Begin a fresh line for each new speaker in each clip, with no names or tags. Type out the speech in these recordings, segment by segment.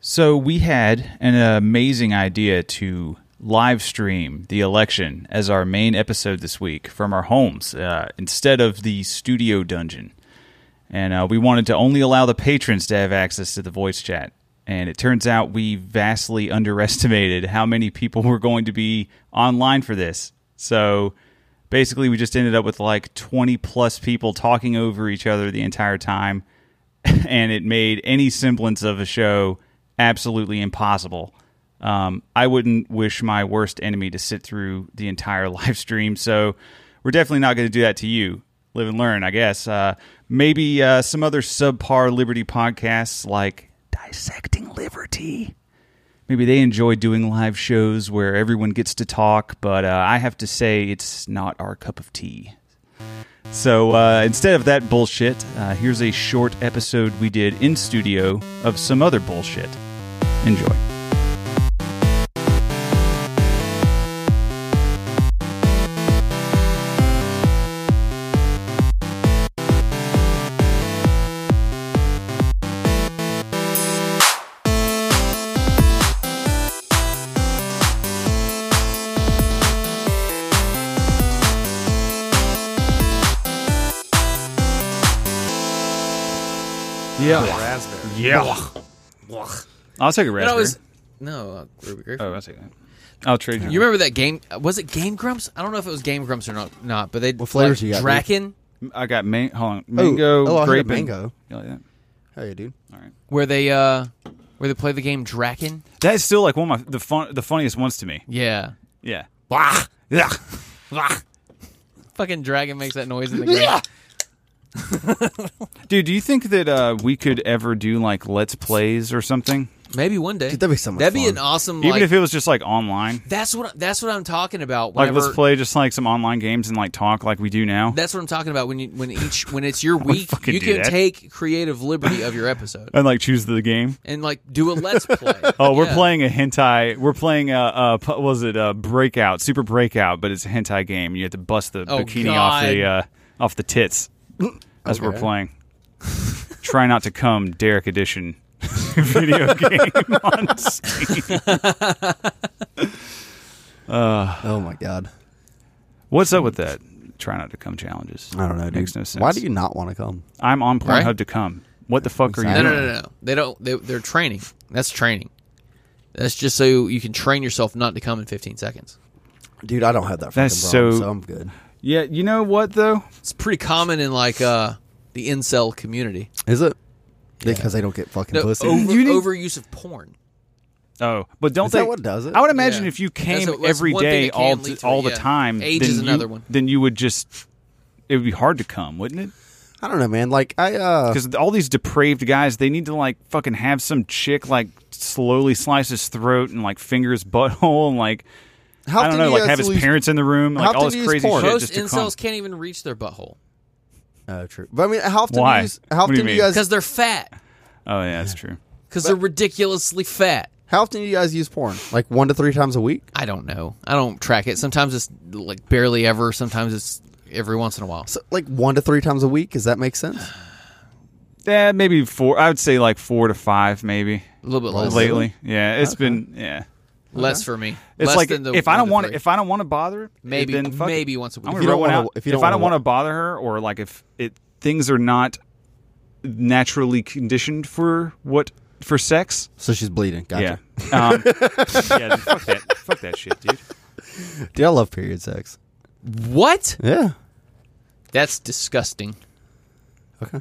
So we had an amazing idea to live stream the election as our main episode this week from our homes uh, instead of the studio dungeon. And uh, we wanted to only allow the patrons to have access to the voice chat. And it turns out we vastly underestimated how many people were going to be online for this. So basically, we just ended up with like 20 plus people talking over each other the entire time and it made any semblance of a show absolutely impossible. Um, I wouldn't wish my worst enemy to sit through the entire live stream, so we're definitely not going to do that to you. Live and learn, I guess. Uh, maybe uh, some other subpar Liberty podcasts like Dissecting Liberty. Maybe they enjoy doing live shows where everyone gets to talk, but uh, I have to say it's not our cup of tea. So uh, instead of that bullshit, uh, here's a short episode we did in studio of some other bullshit. Enjoy.
Yeah.
raspberry.
Yeah. I'll take a raspberry.
That was no uh, Ruby Griffin.
oh, I'll take that. I'll trade you.
You remember that game? uh, Was it Game Grumps? I don't know if it was Game Grumps or not. Not, but they
What flavors you got, dude?
Draken,
I got man- hold on. mango,
oh, I heard
grape, and-
mango.
Yeah, like that.
Hey, dude.
All right.
where they uh, where they play the game Draken.
That's still like one of my the fun the funniest ones to me.
Yeah,
Yeah. Wah. Yeah. Wah.
fucking Dragon makes that noise in the game.
Dude, do you think that uh, we could ever do like let's plays or something?
Maybe one day
Dude, that'd be so much
That'd be
fun.
an awesome.
Even
like,
if it was just like online.
that's what that's what I'm talking about.
Like
Whenever,
let's play just like some online games and like talk like we do now.
That's what I'm talking about. When you when each when it's your week,
fucking
you
do
can
that.
take creative liberty of your episode
and like choose the game.
and like do a let's play.
Oh, we're
Yeah.
playing a hentai. We're playing a, uh pu- what was it a breakout, super breakout, but it's a hentai game. You have to bust the
Oh,
bikini
God.
off the uh, off the tits. That's what we're
Okay.
playing. Try not to come, Derek edition video game on Steam.
Oh my god.
What's up with that? Try not to come challenges.
I don't know. Dude.
Makes no sense.
Why do you not want to come?
I'm on Pornhub
Right?
to come. What the fuck are you
No,
Exactly.
doing?
no, no, no. They don't. They, they're training. That's training. That's just so you can train yourself not to come in 15 seconds.
Dude, I don't have that.
That's
fucking problem,
so-
so. I'm good.
Yeah, you know what though?
It's pretty common in like uh, the incel community.
Is it? Because they don't get fucking
No,
pussy.
over,
You need-
overuse of porn.
Oh, but don't
Is
they?
that what does it?
I would imagine
Yeah.
if you
That's
came
a- that's
every
one thing
day
that can
all
lead
t-
to it,
all the
yeah.
time,
Age
then
is
you-
another one.
Then you would just it would be hard to come, wouldn't it?
I don't know, man. Like I uh
Because all these depraved guys, they need to like fucking have some chick like slowly slice his throat and like finger his butthole and like
how
I don't
often
know,
do you
like
guys
have his
lose-
parents in the room,
how
like all
often do
this
you use
crazy
porn?
shit
Most
just to
incels
come.
can't even reach their butthole
Oh, true. But I mean, how often
Why?
do you s- how
What do
often
you
do you
mean?
guys
because they're fat.
Oh yeah, that's true.
Because they're ridiculously fat.
how often do you guys use porn? Like one to three times a week?
I don't know. I don't track it. Sometimes it's like barely ever. Sometimes it's every once in a while.
So, like one to three times a week? Does that make sense?
Yeah, maybe four. I would say like four to five, maybe
A little bit
Well,
less.
Really?
lately. Yeah, it's been yeah.
Less for me.
It's
less
like
than the
if I
one
don't
to
want
three.
if I don't want to bother, her,
Maybe-
then fuck it.
maybe once a week.
I'm
If
gonna
you
roll
don't
one
wanna-
out. If,
if you don't
I don't want
wanna-
to bother her, or like if it things are not naturally conditioned for what for sex,
So she's bleeding. Gotcha.
yeah, um, yeah, then fuck that, fuck that shit, dude.
Dude, I love period sex.
what?
Yeah.
That's disgusting.
Okay.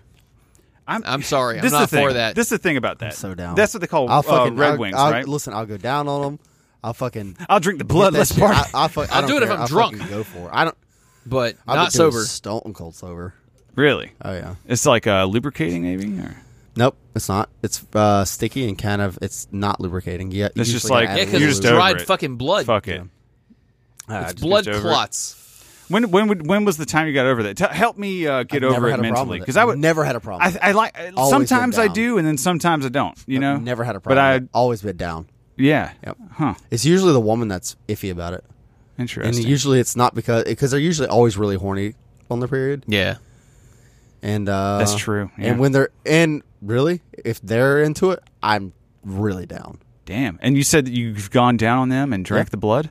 I'm sorry. I'm
This is the
not
thing.
for that.
This is the thing about that.
So down.
Uh, That's what they call
I'll
uh,
fucking
red
I'll-
wings,
I'll-
right?
Listen, I'll go down on them. I'll fucking
I'll drink the blood.
That
Let's
shit,
party.
I, I fuck, I
I'll
don't
do it if
care.
I'm
I
drunk.
fucking Go for it. I don't.
but
I
not
would do it
sober.
Stone cold sober.
really,
Oh yeah.
it's like uh, lubricating, maybe. Or?
Nope, it's not. It's uh, sticky and kind of. It's not lubricating yet.
It's just like-
Yeah,
Yeah,
because
you're
it's
just over
dried
it.
fucking blood.
Fuck it.
it's
just
blood
over it.
clots.
When when would- when was the time you got over that? T- help me uh, get over it mentally, because I would
never had a problem.
I, I like
Always been
sometimes I
down.
do, and then sometimes I don't. You know,
never had a
But I,
problem. But I always been down.
yeah,
Yep.
huh?
It's usually the woman that's iffy about it, and
Interesting.
usually it's not because because they're usually always really horny on their period,
Yeah.
and uh,
That's true, yeah.
And when they're and really, if they're into it, I'm really down.
Damn. And you said that you've gone down on them and drank
Yeah.
the blood?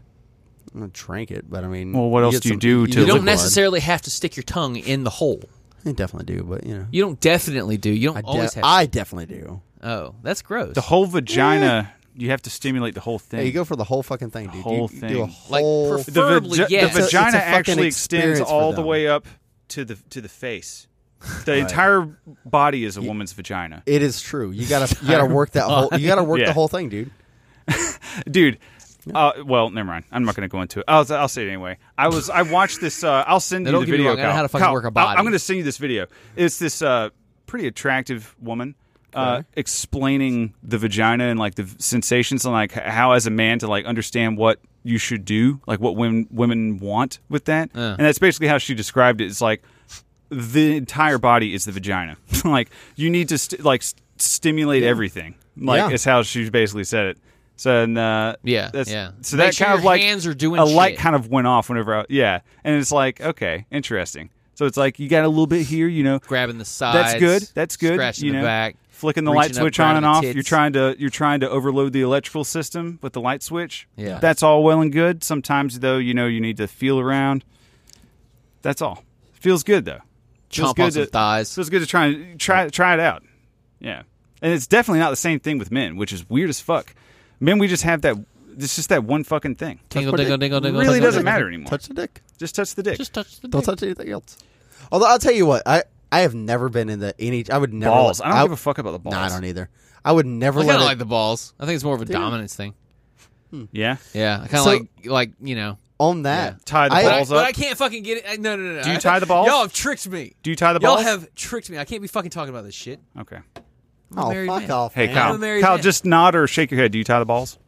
I'm gonna drink it, but I mean,
Well, what else
get
do you
some-
do to
You
lick
don't
blood.
necessarily have to stick your tongue in the hole.
I definitely do, but you know,
You don't definitely do. You don't
I, de-
always have.
I definitely do.
to. Oh, that's gross.
The whole vagina, you have to stimulate the whole thing.
Hey, you go for the whole fucking thing, dude.
Whole
you, you do a
thing.
Like,
whole.
perfect-
the,
Preferably,
vagi-
yes.
the
It's
a-
vagina
it's a fucking
actually extends
experience for
all the
them.
way up to the to the face. The entire body is a woman's vagina,
it is true. You gotta you gotta work that whole. You gotta work
Yeah.
the whole thing, dude.
dude. Uh, well, never mind. I'm not going to go into it. I'll, I'll say it anyway. I was I watched this. Uh, I'll send
Now,
you
don't
the
get me
video.
wrong, I know
Kyle.
how to fucking
Kyle,
work a
I'll-
body.
I'm going to send you this video. It's this uh, pretty attractive woman uh, explaining the vagina and like the v- sensations and like h- how as a man to like understand what you should do, like what women women want with that. And that's basically how she described it. It's like the entire body is the vagina. like you need to st- like st- stimulate everything. Like
Yeah.
it's how she basically said it. So and uh,
Yeah,
that's,
yeah.
So
Make
that
sure
kind of
your
like
hands are doing
a light
shit.
kind of went off whenever. I, yeah, and it's like okay, interesting. So it's like you got a little bit here, you know.
grabbing the sides.
That's good. That's good.
Scratching
you
the
know,
back.
flicking the
reaching
light
up,
switch on
grabbing
and
the
off.
tits.
You're trying to you're trying to overload the electrical system with the light switch.
Yeah.
that's all well and good. Sometimes though, you know, you need to feel around. That's all. Feels good though. Feels
Chomp on
good
some
to-
thighs.
so it's good to try and try try it out. Yeah, and it's definitely not the same thing with men, which is weird as fuck. Men, we just have that. It's just that one fucking thing.
Tingle,
But
dingle,
it
dingle, dingle.
really
dingle,
doesn't
dingle.
matter anymore.
Touch the dick.
just touch the dick.
Just touch the
Don't
dick.
touch anything else. Although I'll tell you what, I I have never been in the any. I would never
balls.
let-
I don't give a fuck about the balls.
Nah, I don't either. I would never
I kind
let
of
it,
like the balls. I think it's more of a dominance thing.
Yeah.
Yeah, I kind of
So-
like like you know.
on that.
Tie the
I-
But I,
balls
but
up?
I can't fucking get it. I- No, no, no.
Do you tie the balls?
Y'all have tricked me.
Do you tie the
Y'all
balls?
have tricked me. I can't be fucking talking about this shit.
okay.
I'm a
Oh
married
fuck
man.
off!
Hey
man.
Kyle.
I'm a married
Kyle,
man.
just nod or shake your head. Do you tie the balls?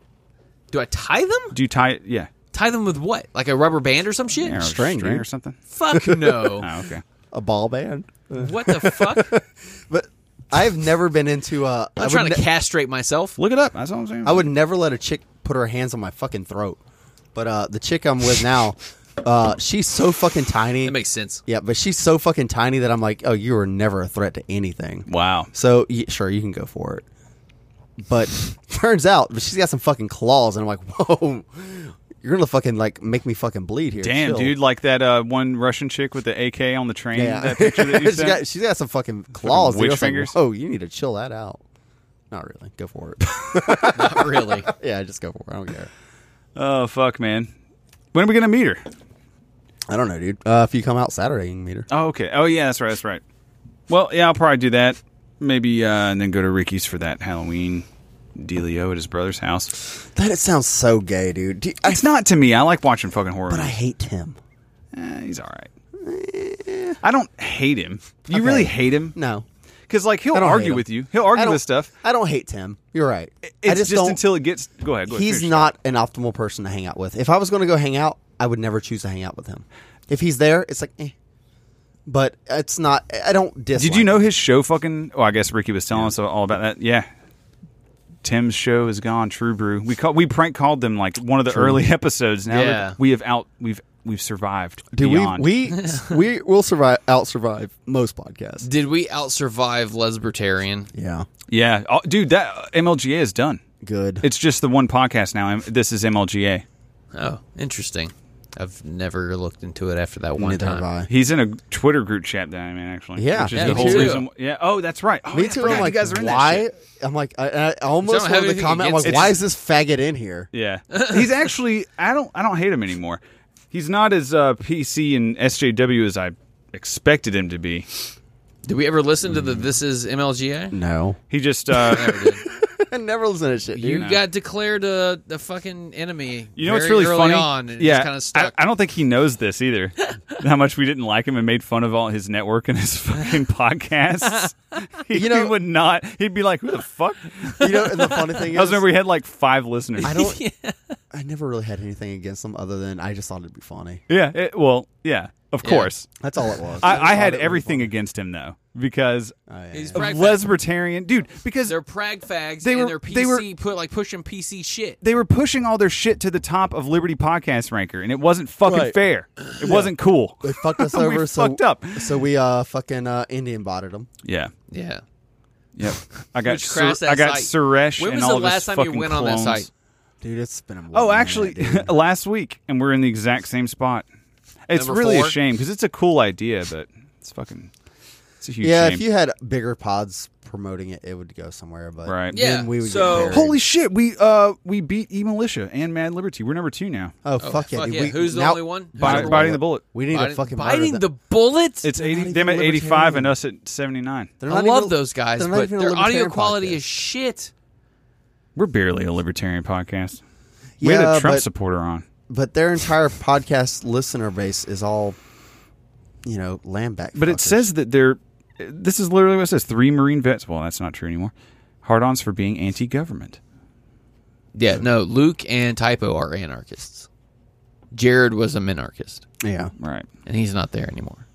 Do I tie them?
Do you tie? Yeah.
Tie them with what? Like a rubber band or some shit?
Or
String,
string
dude.
or something.
Fuck no.
Oh, okay.
a ball band.
what the fuck?
But I've never been into. Uh, I
I'm
would
trying to
ne-
castrate myself.
Look it up. That's all I'm saying.
I would never let a chick put her hands on my fucking throat. But uh, the chick I'm with now, uh, she's so fucking tiny.
That makes sense.
yeah, but she's so fucking tiny that I'm like, oh, you were never a threat to anything.
Wow.
So y- sure, you can go for it. But turns out, but she's got some fucking claws, and I'm like, whoa, you're gonna fucking like make me fucking bleed here.
Damn,
Chill.
dude. Like that uh, one Russian chick with the AK on the train.
Yeah,
That picture that you
she's
sent.
got she's got some fucking claws.
witch
dude. I was like,
fingers.
whoa, you need to chill that out. Not really. Go for it.
Not really.
yeah, just go for it. I don't care.
Oh fuck, man. When are we gonna meet her?
I don't know, dude. Uh, if you come out Saturday, you can meet her.
Oh, okay. Oh, yeah, that's right. That's right. Well, yeah, I'll probably do that. Maybe, uh, and then go to Ricky's for that Halloween dealio at his brother's house.
That it sounds so gay, dude. Do you- I,
It's not to me. I like watching fucking horror
but I
movies.
hate him.
Eh, he's all right. I don't hate him. You
Okay.
really hate him?
No,
Because, like, he'll
I don't hate
argue
him.
with you. He'll
I
argue
don't-
with stuff.
I don't hate Tim. You're right. I
It's
just,
just,
don't,
until it gets. Go ahead. Go ahead
he's
finish.
not an optimal person to hang out with. If I was going to go hang out, I would never choose to hang out with him. If he's there, it's like, eh. But it's not. I don't dislike.
Did you know his show fucking? Oh, I guess Ricky was telling us all about that. Yeah. Tim's show is gone. True Brew. We call, we prank called them like one of the early episodes. Now
Yeah.
that we have out we've we've survived.
Dude,
beyond.
we we we will survive out survive most podcasts.
Did we outsurvive Lesbertarian?
Yeah,
Yeah, oh, dude, that MLGA is done.
good.
It's just the one podcast now. and This is MLGA.
Oh, interesting. I've never looked into it after that one
Neither
time.
have I.
He's in a Twitter group chat that I'm in, actually.
Yeah.
which is
Yeah,
the
me
whole
too.
reason. Yeah. Oh, that's right. Oh,
Me
yeah, I
too.
forgot
I'm like,
you guys are in that
why?
shit.
I'm like, I, I
Don't
almost
have
wanted to
anything
comment. I'm
against
like,
it.
why is this faggot in here?
Yeah, he's actually. I don't. I don't hate him anymore. He's not as uh, PC and SJW as I expected him to be.
Did we ever listen to the
Mm.
This Is MLGA?
No,
He just. Uh,
Never did.
I never listen to shit, dude.
You got declared a, a fucking enemy.
you know
very
what's really
early
funny?
On, and
yeah,
kind of stuck.
I, I don't think he knows this either. how much we didn't like him and made fun of all his network and his fucking podcasts. he,
You know-
he would not. He'd be like, "Who the fuck?"
You know, and the funny thing
I was
is,
remember we had like five listeners.
I don't. I never really had anything against them other than I just thought it'd be funny.
yeah, it, well, yeah, of course.
That's all it was. just
I, I
thought
had
it would be
everything
funny.
against him though because
Oh, yeah,
He's
yeah.
prag fags.
lesbertarian dude. Because
They're prag fags.
They were-
and they're PC
they were-
put like pushing PC shit.
they were pushing all their shit to the top of Liberty Podcast Ranker, and it wasn't fucking
Right.
fair. It wasn't cool.
They fucked us
We
over. so
fucked up.
So we uh fucking uh Indian botted them.
Yeah,
Yeah.
Yep. I got
Which crashed
Sur-
that
I got
site.
Suresh
When
and
was
all
the
of his
last time you
fucking
went on that
clones.
site?
dude. It's been a while.
Oh, actually, last week, and we're in the exact same spot. It's
Number
really
four?
a shame because it's a cool idea, but it's fucking. It's a huge
yeah.
shame.
If you had bigger pods promoting it, it would go somewhere. But
Right.
then
Yeah,
we would
so-
get buried.
Holy shit! We uh we beat E Militia and Mad Liberty. We're number two now.
Oh, fuck yeah!
fuck
dude.
yeah.
We,
Who's the
now-
only one? Who's
Bi-
number
biting
one?
the bullet.
We need to
Biting-
fucking murder
biting
them.
the bullet.
It's
not
eighty.
even
Them at eighty five
libertarian.
and us at seventy nine.
They're
I
not
love
even-
those guys,
they're not
but
even a
their audio
libertarian
quality
podcast.
is shit.
We're barely a libertarian podcast. We had a Trump
but,
supporter on.
but their entire podcast listener base is all, you know, lamback.
But it
fuckers.
says that they're. This is literally what it says: three Marine vets. Well, that's not true anymore. Hard-ons for being anti-government.
Yeah, no. Luke and Typo are anarchists. Jared was a minarchist,
yeah,
Right.
and he's not there anymore.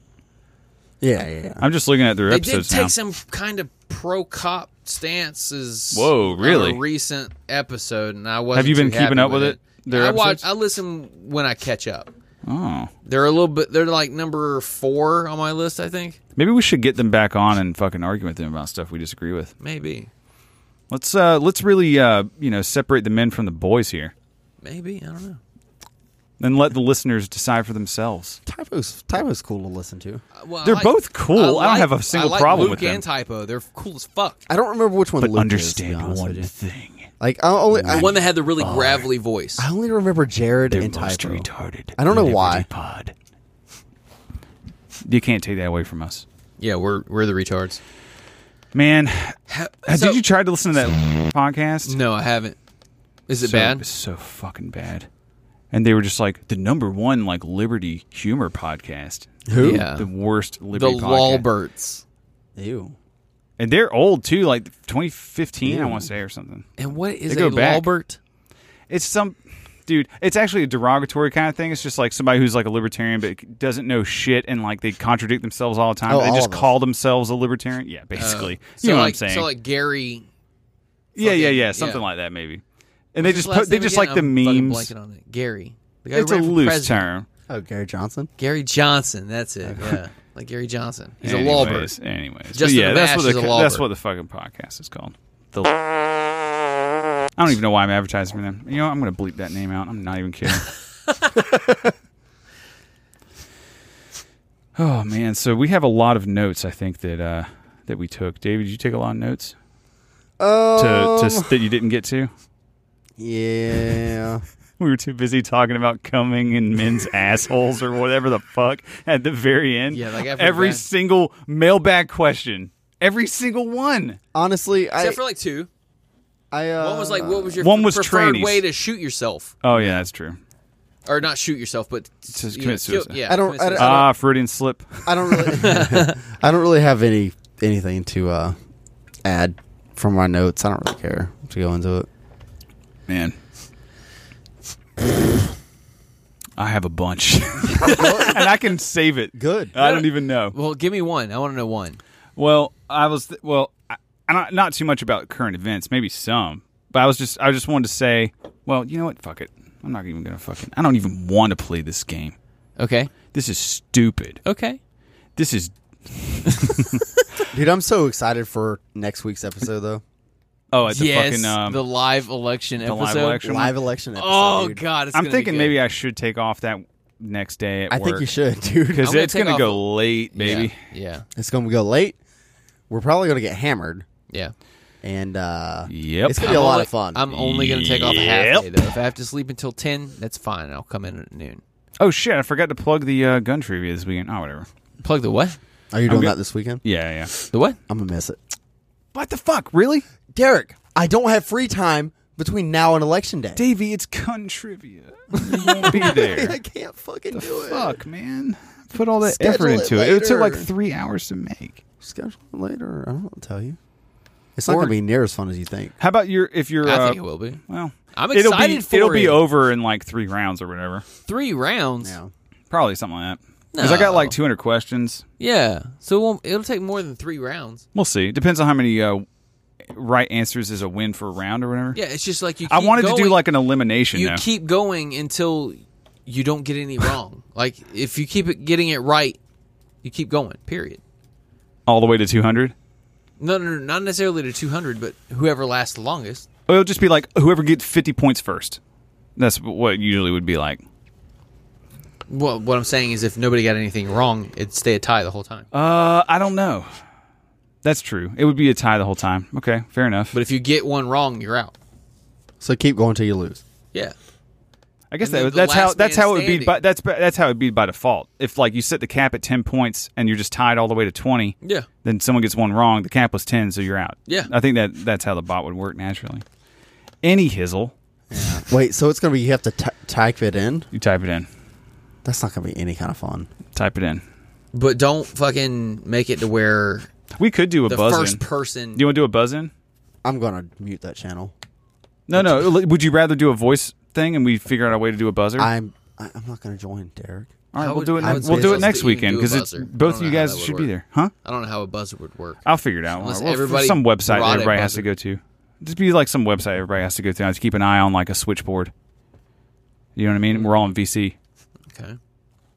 yeah, yeah. yeah.
I'm just looking at their
They did
episodes
take
now.
some kind of pro cop stances.
Whoa,
on
really?
a recent episode, and I wasn't.
Have you been
too happy
keeping up with it, their
I watch.
episodes?
I listen when I catch up.
oh,
They're a little bit. They're like number four on my list. I think
maybe we should get them back on and fucking argue with them about stuff we disagree with.
maybe,
Let's uh let's really uh you know separate the men from the boys here,
maybe I don't know.
and let the listeners decide for themselves.
Typo's Typo's cool to listen to.
Uh, well, I
They're
like-
both cool. I,
like-
don't have a single
I like
problem
Luke
with them.
and Typo. They're cool as fuck.
I don't remember which one.
but
Luke is, to be
understand
honest
one
with you.
thing:
Like I only
The
I,
one that had the really gravelly voice.
I only remember Jared
they're
and
most
Typo.
retarded.
I don't know
Liberty
why.
Pod. You can't take that away from us,
Yeah, we're we're the retards.
man.
Ha- so-
did you try to listen to that podcast?
No, I haven't. Is it
so,
bad?
It's so fucking bad. And they were just like the number one like Liberty humor podcast.
Who?
Yeah.
The worst
The
Liberty podcast.
Lallberts.
Ew.
and they're old too, like 2015, I want to say or something.
And what is
They go
a
back.
Lallbert?
It's some dude. It's actually a derogatory kind of thing. It's just like somebody who's like a libertarian but doesn't know shit and like they contradict themselves all the time.
Oh,
they
all
just
of us.
call themselves a libertarian. Yeah, basically. you know
like,
what I'm saying?
Uh, So like Gary.
yeah, yeah, yeah,
fucking-
something
yeah.
like that maybe. And they
His
just
last
put, they
name
just
again?
like the
I'm fucking
memes.
blanking on it. Gary. The guy who
It's a
ran for
loose
president.
term.
Oh, Gary Johnson.
Gary Johnson. That's it. Yeah, like Gary Johnson. He's a Lallbert.
anyways, Anyways, But
Justin
yeah, that's
Amash
what
is
the
a
co- that's
Lawbird.
what the fucking podcast is called. The. I don't even know why I'm advertising for them. You know, what? I'm going to bleep that name out. I'm not even kidding. oh man, so we have a lot of notes. I think that uh, that we took. David, did you take a lot of notes to,
Um,
to s- that you didn't get to?
yeah.
We were too busy talking about coming in men's assholes or whatever the fuck at the very end.
Yeah, like after
every
that.
single mailbag question, every single one.
Honestly, I
Except for like two.
I uh,
One was like, what was your
One was
preferred
trannies.
way to shoot yourself,
Oh yeah, that's true.
or not shoot yourself, but
To
you know,
commit
kill-
suicide.
yeah,
I don't-
commit
I don't-
suicide.
Ah, Freudian slip.
I don't really I don't really have any anything to uh add from my notes. I don't really care to go into it.
Man. I have a bunch. and I can save it.
Good.
I don't even know.
well, give me one. I want to know one.
Well, I was th- well, I, I not not too much about current events, maybe some. But I was just I just wanted to say, well, you know what? Fuck it. I'm not even going to fucking I don't even want to play this game.
Okay.
This is stupid.
Okay.
This is
Dude, I'm so excited for next week's episode though.
oh, at the
yes,
fucking um,
the live election
the
episode.
live election.
Live election episode.
Oh
dude.
god, it's
I'm
gonna be
thinking
good.
maybe I should take off that next day at
I
work.
think you should, dude.
Because
I'm gonna
it's
take
going to
off
go late, baby.
Yeah.
It's gonna go late. We're probably gonna get hammered.
Yeah.
And uh
Yep.
it's gonna be a
I'm
lot
only-
of fun.
I'm only going to take off a
Yep.
half day though. If I have to sleep until ten, that's fine. I'll come in at noon.
Oh shit! I forgot to plug the uh, gun trivia this weekend. Oh, whatever.
Plug the what?
Are you doing
go-
that this weekend?
Yeah, yeah.
The what?
I'm gonna miss it.
What the fuck? Really,
Derek, I don't have free time between now and election day.
Davey? It's gun trivia. You won't be
I
there.
can't fucking do it.
fuck, man. Put all that
Schedule
effort
it
into it. It took like
later.
three hours to make.
Schedule it later. I don't tell you. It's not gonna be near as fun as you think.
How about your if you're?
I
uh,
think it will be
Well,
I'm
it'll be
excited for
it'll be
it.
over in like three rounds or whatever.
three rounds. Yeah.
Probably something like that. Because I got like 200 questions.
So it won't, it'll take more than three rounds.
We'll see. Depends on how many uh, right answers is a win for a round or whatever.
Yeah. It's just like you. Keep
I wanted to do
going-
like an elimination.
you
though.
keep going until you don't get any wrong. like if you keep it getting it right, you keep going. Period.
all the way to 200.
No, no, no, not necessarily to 200, but whoever lasts the longest.
It'll just be like whoever gets 50 points first. That's what it usually would be like.
Well, what I'm saying is if nobody got anything wrong, it'd stay a tie the whole time.
Uh, I don't know. That's true. It would be a tie the whole time. Okay, fair enough.
But if you get one wrong, you're out.
So keep going till you lose.
Yeah.
I guess
And the-
that,
the
that's how
last
that's
man
how it would be.
standing.
By, that's that's how it would be by default. If like you set the cap at 10 points and you're just tied all the way to 20,
Yeah.
then someone gets one wrong. The cap was 10, so you're out.
Yeah.
I think that that's how the bot would work naturally. Any hizzle,
Wait, so it's gonna be you have to t- type it in.
you type it in.
That's not gonna be any kind of fun.
Type it in.
But don't fucking make it to where
We could do a
the
buzz
first
in.
person.
do you want to do a buzz in?
I'm gonna mute that channel.
No, no. li- Would you rather do a voice thing and we figure out a way to do a buzzer?
I'm I- I'm not gonna join, Derek.
All right,
I
we'll
would-
do it.
I
ne-
would
We'll
say
do it
let's
next
do- you
weekend
can do a
because
buzzer. I
both
don't
of you
know how
guys
that would
should be
work.
there, huh?
I don't know how a buzzer would work.
I'll figure it out.
Unless
Well,
everybody
some website
brought a
everybody has to
buzzer.
go to. Just be like some website everybody has to go to. I have to keep an eye on like a switchboard. You know what I mean? We're all in VC.
Okay.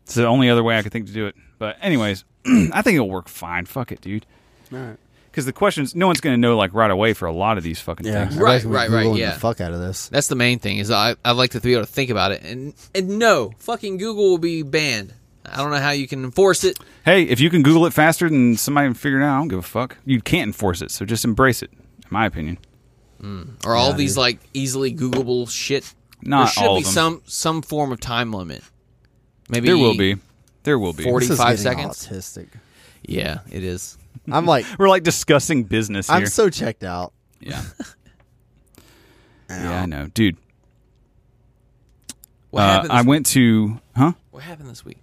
It's the only other way I could think to do it. But anyways, I think it'll work fine. Fuck it, dude.
All right.
Because the questions, no one's going to know like right away for a lot of these fucking
Yeah.
things.
Right,
everybody's gonna be
right, right,
Googling
yeah.
The fuck out of this.
That's the main thing is I I like to be able to think about it and and no fucking Google will be banned. I don't know how you can enforce it.
Hey, if you can Google it faster than somebody can figure it out, I don't give a fuck. You can't enforce it, so just embrace it. In my opinion,
Are all these like easily Googleable shit?
Not
there should
all
be
of them.
some some form of time limit. Maybe
there will be. There will be.
40
This is
45
getting Autistic.
Yeah, it is.
I'm like
We're like discussing business here.
I'm so checked out.
yeah. yeah, I know, dude.
What
uh,
happened? This
I
week?
went to huh?
What happened this week?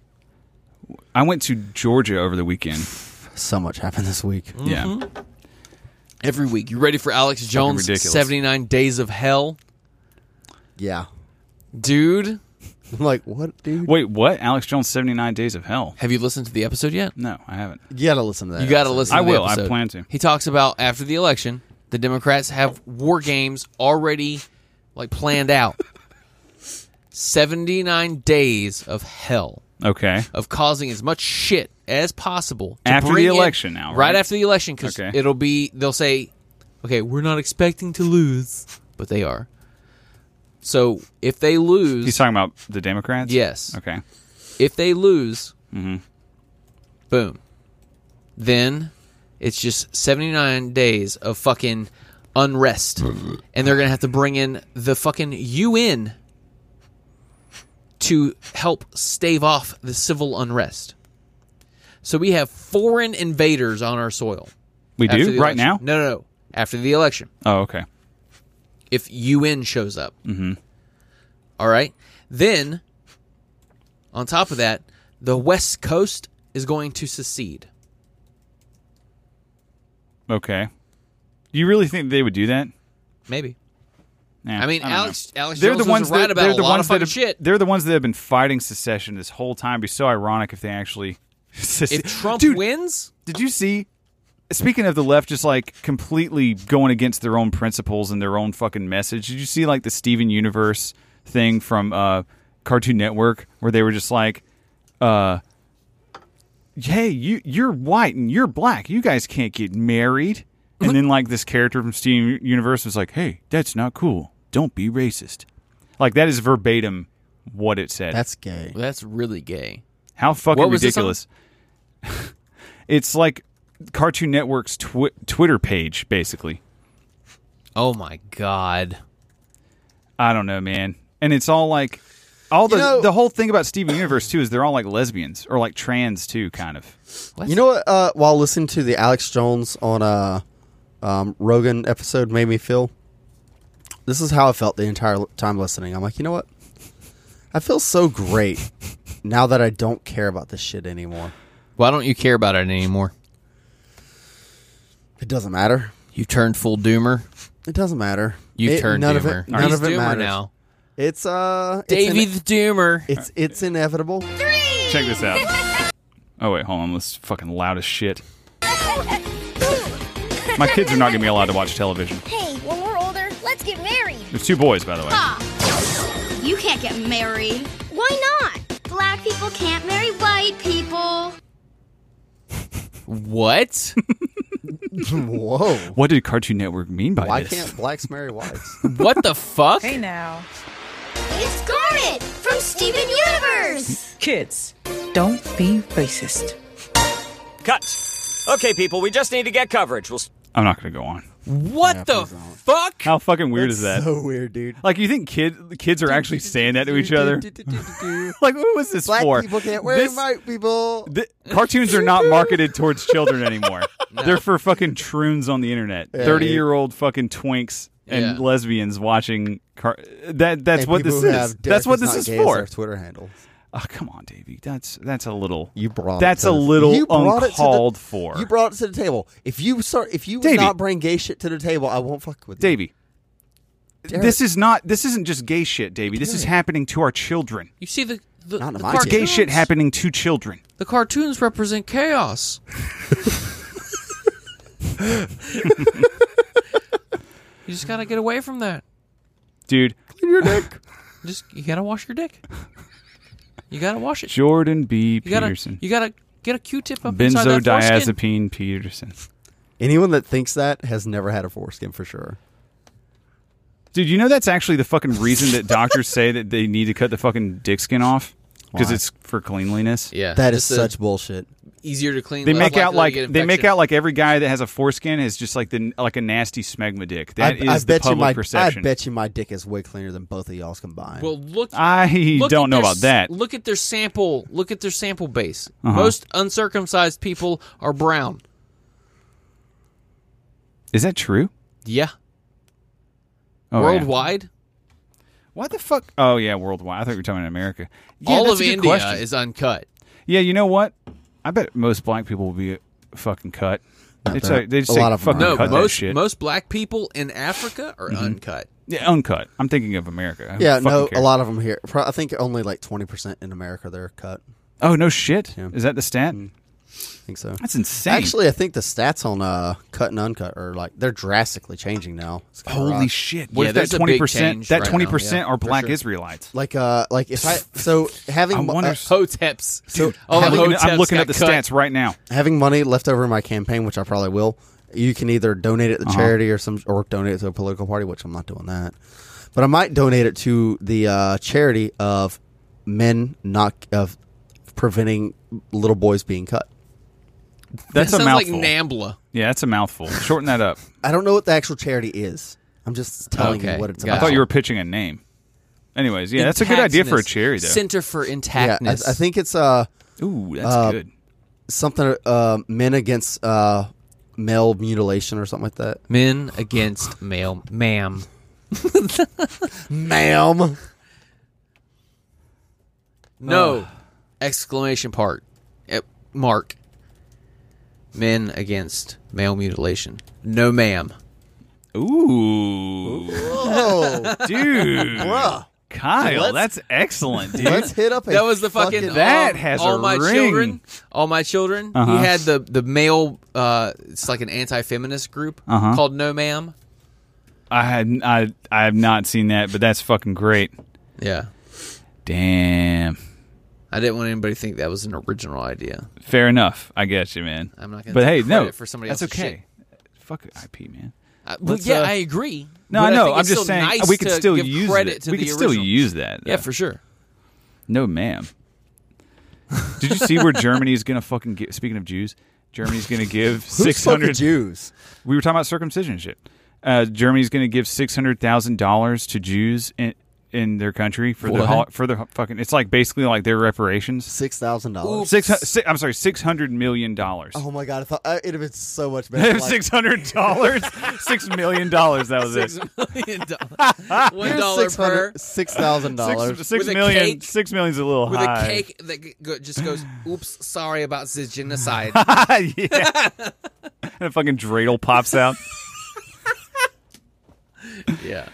I went to Georgia over the weekend.
So much happened this week.
Yeah,
Mm-hmm. Every week, you ready for Alex Jones'
ridiculous.
79 Days of Hell,
Yeah.
dude?
I'm like, what, dude?
Wait, what? Alex Jones, seventy nine days of hell.
Have you listened to the episode yet?
No, I haven't.
You gotta listen to that.
You got to
episode.
listen.
I
to the
will. I
episode.
plan to.
He talks about after the election, the Democrats have war games already like planned out. Seventy nine days of hell
Okay.
of causing as much shit as possible to
After the
bring in-
election now, right?
after the election, because
Okay.
it'll be they'll say, okay, we're not expecting to lose, but they are. So if they lose,
He's talking about the Democrats.
Yes.
Okay.
if they lose,
Mm-hmm.
boom, then it's just 79 days of fucking unrest. and they're going to have to bring in the fucking UN to help stave off the civil unrest. So we have foreign invaders on our soil.
We
after
do
the
right
election.
now.
No, no, no. After the election
Oh, okay.
if UN shows up. Mm-hmm. right. Then, on top of that, the West Coast is going to secede.
Okay. Do you really think they would do that?
Maybe.
Nah,
I mean,
don't
Alex- Alex
They're
Jones
the
was
ones
right
that,
about
they're
a
the
lot
ones
of
that
fucking
have,
shit.
They're the ones that have been fighting secession this whole time. It'd be so ironic if they actually.
If Trump
Dude,
wins,
Did you see? Speaking of the left, just like completely going against their own principles and their own fucking message. Did you see like the Steven Universe thing from uh, Cartoon Network where they were just like, uh, "Hey, you you're white and you're black. You guys can't get married." And then like this character from Steven Universe was like, "Hey, that's not cool. Don't be racist." Like that is verbatim what it said.
That's gay.
that's really gay.
How fucking
What was this on?
ridiculous! it's like Cartoon Network's twi- Twitter page, basically.
Oh my god.
I don't know, man. And it's all like all the
You know-
the whole thing about Steven Universe too is they're all like lesbians or like trans too, kind of.
You know what? Uh, while listening to the Alex Jones on uh, um, Rogan episode, made me feel. This is how I felt the entire l- time listening. I'm like, you know what? I feel so great now that I don't care about this shit anymore.
Why don't you care about it anymore?
It doesn't matter.
You've turned full doomer.
It doesn't matter.
You've
It-
turned
none
doomer.
Of it, none
He's
of it
doomer
matters
now.
It's uh,
Davey
It's,
the doomer.
in- it's it's inevitable.
Check this out. Oh wait, hold on. This is fucking loud as shit. My kids are not gonna be allowed to watch television.
Hey, when we're older, let's get married.
There's two boys, by the way.
You can't get married.
Why not? Black people can't marry white people.
What?
Whoa.
What did Cartoon Network mean by
Why
this?
Oh, can't blacks marry whites?
What the fuck?
Hey now,
It's Garnet from Steven Universe.
kids, don't be racist.
Cut. Okay, people, we just need to get coverage. We'll. s-
I'm not going to go on.
What the fuck?
How fucking weird is that?
so weird, dude.
like, you think kids kids are actually saying that to each other? Like, what was this
Black
for?
people can't wear
This-
white people.
th- cartoons are not marketed towards children anymore. They're for fucking troons on the internet. Thirty year old fucking twinks and
Yeah.
lesbians watching. Car- that that's
And
what
people
this
who
is.
have Derek
That's what this
not
is
gay as
for.
their Twitter handle.
Oh, come on, Davey. That's that's a little.
You brought.
That's
it to
a
the-
little
you brought it to the-
uncalled for.
You brought it to the table. If you start, if you would
Davey.
not bring gay shit to the table, I won't fuck with you.
Davey.
Derek.
This is not. This isn't just gay shit, Davey. This is happening to our children.
You see the the,
Not in
the
my
cartoons.
case.
Gay shit happening to children.
The cartoons represent chaos. you just gotta get away from that.
Dude,
Just you gotta wash your dick. You gotta wash it.
Jordan B.
You gotta
Peterson.
you gotta get a Q-tip up inside that foreskin.
Benzodiazepine Peterson.
Anyone that thinks that has never had a foreskin for sure.
Dude, you know that's actually the fucking reason that doctors say that they need to cut the fucking dick skin off because
Why?
it's for cleanliness.
Yeah,
That is
it's, uh,
such bullshit.
easier to clean.
They
less
make
likely
out
to
like
get
they make
infection.
out like every guy that has a foreskin is just like the like a nasty smegma dick.
I,
That is
I
the
bet you
public
my
perception.
I bet you my dick is way cleaner than both of y'all's combined.
Well, look.
I
look
don't know
at their
about
s-
that. Uh-huh.
Look at their sample. Look at their sample base. Most uncircumcised people are brown.
Is that true?
Yeah,
Oh, yeah.
worldwide,
Why the fuck? Oh yeah, worldwide. I thought you were talking about America. Yeah,
all
that's
of
a good
India
question.
is uncut.
Yeah, you know what? I bet most black people will be fucking cut. It's
they're-
like, they just
a
say,
lot of them
fucking
No,
aren't
cut that
most
shit. Mm-hmm.
most black people in Africa are uncut.
yeah, uncut. I'm thinking of America. Who
yeah,
fucking
no,
cares?
a lot of them here. Pro- I think only like twenty percent in America they're cut.
Oh no, shit.
Yeah.
Is that the stat?
I think so.
That's insane.
Actually, I think the stats on uh, cut and uncut are like they're drastically changing now. It's kinda
holy
rough.
shit! What
Yeah,
if that
there's a
twenty
big
percent?
change
That
right now,
twenty percent
yeah,
are
for
black
sure.
Israelites.
Like uh, like if I so having
I
mo-
wonder
uh,
so-
Hoteps.
Dude,
all
I'm
the
looking, I'm
Hoteps
looking
got
up the
cut.
stats right now.
having money left over in my campaign, which I probably will, you can either donate it to
Uh-huh.
charity or some or donate it to a political party, which I'm not doing that. But I might donate it to the uh, charity of men not of preventing little boys being cut.
That's
that
a
sounds
mouthful.
like Nambla.
yeah, that's a mouthful. Shorten that up.
I don't know what the actual charity is. I'm just telling you
Okay,
what it's
got
I
about.
thought you were pitching a name. Anyways, yeah, that's a good idea for a
Intactness.
cherry though.
Center for
yeah, I, I
intactness.
think it's uh
Ooh, that's good.
something uh, men against uh, male mutilation or something like that.
men against male, ma'am.
Ma'am.
No exclamation part Eh, mark. Men against male mutilation. No, ma'am.
Ooh,
Oh,
dude,
bruh.
Kyle,
Let's-
that's excellent, dude.
Let's hit up. A
That was the fucking,
That
all,
has
all
a
my
ring.
children. All my children.
Uh-huh.
He had the the male. Uh, it's like an anti-feminist group
Uh-huh.
called No, ma'am.
I had I I have not seen that, but that's fucking great.
Yeah,
Damn.
I didn't want anybody to think that was an original idea.
Fair enough. I get you, man.
I'm not gonna
But
take
hey, no,
credit for somebody
that's
else's
okay. Fuck IP, man.
I, well,
Let's,
yeah,
uh,
I agree.
No,
but
I know.
think
I'm
it's
just
still
saying
nice
we could
to
still
give
use
credit
that.
to
we
the
could still
original.
use that.
Yeah,
though.
for sure.
no, ma'am. Did you see where Germany is going to fucking get? Speaking of Jews, Germany's going to give six hundred.
Jews.
We were talking about circumcision shit. Uh, Germany's going to give six hundred thousand dollars to Jews in in their country for their
What?
hol- for their fucking. It's like basically like their reparations.
Six thousand dollars.
Six, hu- si- I'm sorry, six hundred million dollars.
Oh my god! I thought uh, it'd have been so much better. like,
six hundred dollars, six million dollars. That was it.
One
here's
dollar per
$600 Six thousand dollars.
Six, six
With a
million.
cake-
six million's a little
with
high.
a cake that g- go, just goes. Oops, sorry about the genocide.
yeah. and a fucking dreidel pops out.
yeah.